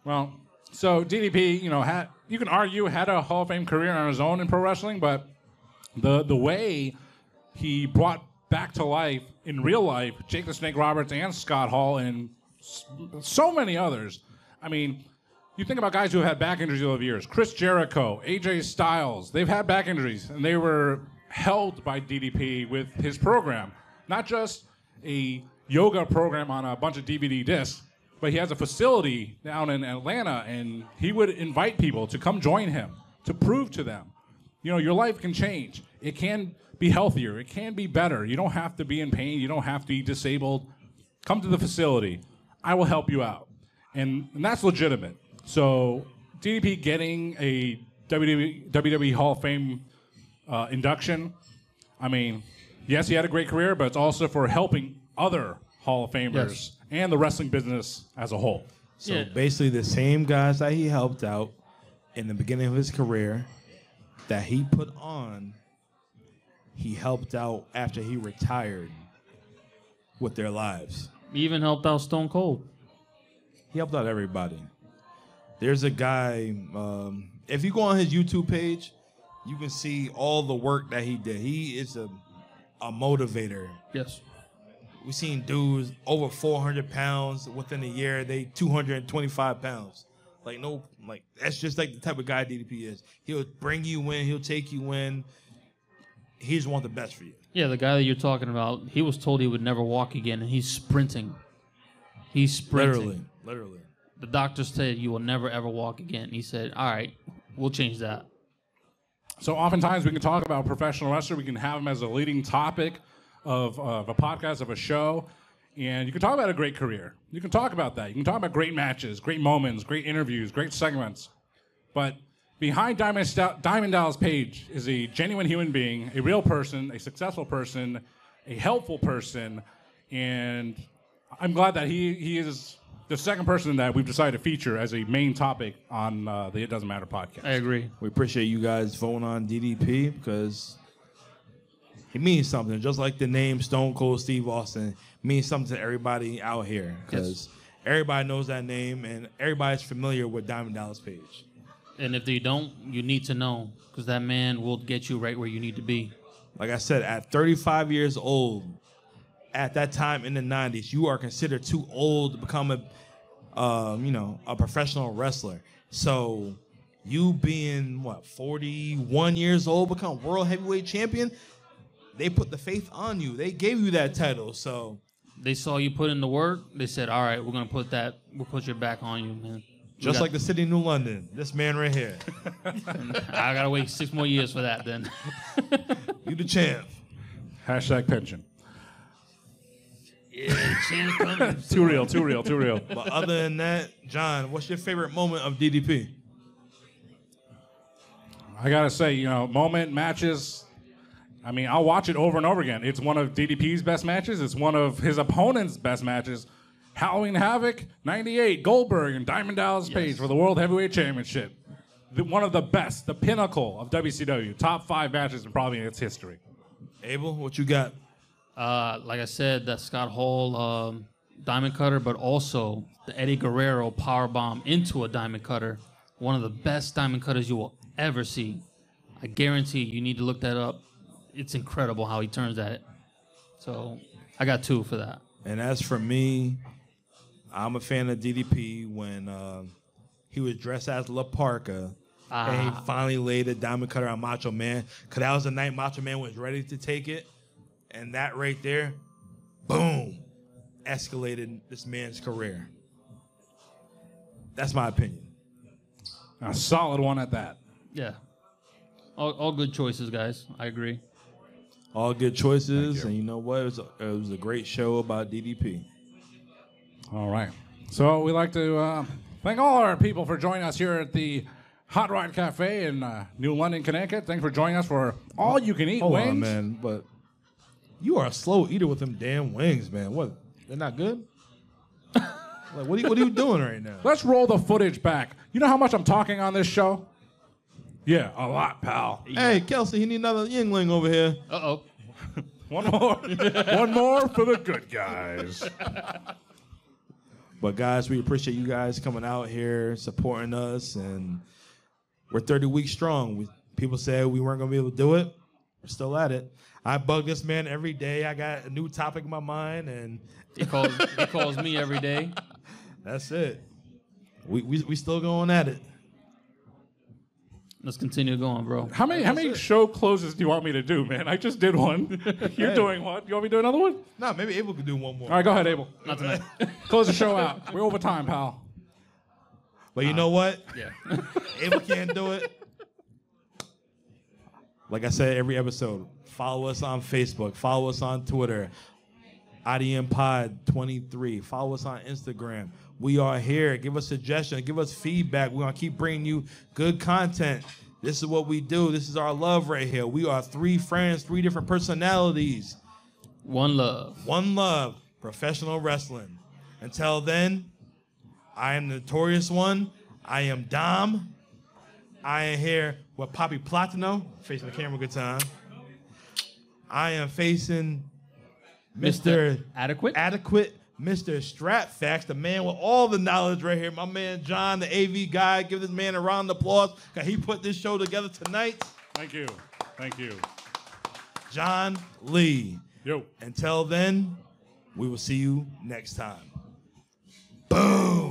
Well, so DDP, you know, had you can argue had a Hall of Fame career on his own in pro wrestling, but the the way he brought back to life in real life Jake the Snake Roberts and Scott Hall and s- so many others. I mean, you think about guys who have had back injuries over the years. Chris Jericho, AJ Styles, they've had back injuries and they were held by DDP with his program. Not just a yoga program on a bunch of DVD discs, but he has a facility down in Atlanta and he would invite people to come join him to prove to them you know, your life can change. It can be healthier. It can be better. You don't have to be in pain. You don't have to be disabled. Come to the facility. I will help you out. And, and that's legitimate. So, DDP getting a E, WWE, WWE Hall of Fame uh, induction, I mean, yes, he had a great career, but it's also for helping other Hall of Famers
Yes.
and the wrestling business as a whole.
So
Yeah.
basically, the same guys that he helped out in the beginning of his career that he put on, he helped out after he retired with their lives.
He even helped out Stone Cold.
He helped out everybody. There's a guy. Um, if you go on his YouTube page, you can see all the work that he did. He is a a motivator.
Yes.
We seen dudes over 400 pounds within a year. They 225 pounds. Like no, like that's just like the type of guy DDP is. He'll bring you in. He'll take you in. He just want the best for you.
Yeah, the guy that you're talking about, he was told he would never walk again, and he's sprinting. He's sprinting.
Literally, literally.
The doctor said, You will never ever walk again. He said, All right, we'll change that.
So oftentimes we can talk about professional wrestler. We can have them as a leading topic of, of a podcast of a show, and you can talk about a great career. You can talk about that. You can talk about great matches, great moments, great interviews, great segments. But behind Diamond, Sta- Diamond Dallas Page is a genuine human being, a real person, a successful person, a helpful person, and I'm glad that he he is the second person that we've decided to feature as a main topic on uh, the It Doesn't Matter podcast.
I agree.
We appreciate you guys voting on DDP because it means something. Just like the name Stone Cold Steve Austin means something to everybody out here because everybody knows that name and everybody's familiar with Diamond Dallas Page.
And if they don't, you need to know because that man will get you right where you need to be.
Like I said, at 35 years old, at that time in the 90s, you are considered too old to become a, um, you know, a professional wrestler. So you being what 41 years old, become world heavyweight champion. They put the faith on you. They gave you that title. So
They saw you put in the work. They said, "All right, we're gonna put that. We'll put your back on you, man." We
just
got-
like the city of New London, this man right here,
<laughs> I gotta wait six more years for that. Then
you the champ.
Hashtag pension.
coming.
Too real, too real, too real.
But other than that, John, what's your favorite moment of DDP?
I gotta say, you know, moment matches. I mean, I'll watch it over and over again. It's one of DDP's best matches. It's one of his opponent's best matches. Halloween Havoc '98, Goldberg and Diamond Dallas Page for the World Heavyweight Championship. The, one of the best, the pinnacle of WCW. Top five matches in probably its history.
Abel, what you got?
Uh, like I said, that Scott Hall um, diamond cutter, but also the Eddie Guerrero power bomb into a diamond cutter. One of the best diamond cutters you will ever see. I guarantee you need to look that up. It's incredible how he turns that. So I got two for that.
And as for me, I'm a fan of DDP when um he was dressed as La Parca. And he finally laid a diamond cutter on Macho Man. Because that was the night Macho Man was ready to take it. And that right there, boom, escalated this man's career. That's my opinion.
A solid one at that.
Yeah. All, all good choices, guys. I agree.
All good choices. And you know what? It was, a, it was a great show about DDP.
All right. So we'd like to uh, thank all our people for joining us here at the Hot Rod Cafe in uh, New London, Connecticut. Thanks for joining us for all you can eat
Hold
wings.
on, Oh, man. But you are a slow eater with them damn wings, man. What? They're not <laughs> good. like, what are you, what are you doing right now?
Let's roll the footage back. You know how much I'm talking on this show? Yeah, a lot, pal.
Hey, Kelsey, he need another Yingling over here.
Uh oh.
One <laughs> more. One more for the good guys.
But guys, we appreciate you guys coming out here, supporting us, and we're 30 weeks strong. We, people said we weren't gonna be able to do it. We're still at it. I bug this man every day. I got a new topic in my mind, and
He calls, he calls me every day.
that's it. We we, we still going at it.
Let's continue going, bro.
How many how many show closes do you want me to do, man? I just did <laughs> one. You're doing one. You want me to do another one?
Nah, maybe Abel could do one more.
All right, go ahead, Abel.
Not tonight.
Close the show out. We're over time, pal.
But you know what? <laughs>
Yeah.
Abel can't do it. Like I said, every episode, follow us on Facebook, follow us on Twitter, IDM Pod 23, follow us on Instagram. We are here. Give us suggestions, give us feedback. We're going to keep bringing you good content. This is what we do. This is our love right here. We are three friends, three different personalities.
One love.
One love, professional wrestling. Until then, I am Notorious One. I am Dom. I am here with Poppy Platino, facing the camera good time. I am facing Mr.
Adequate.
Adequate, Mr. Stratfax, the man with all the knowledge right here. My man John, the AV guy. Give this man a round of applause because he put this show together tonight.
Thank you. Thank you.
John Lee.
Yo.
Until then, we will see you next time. Boom.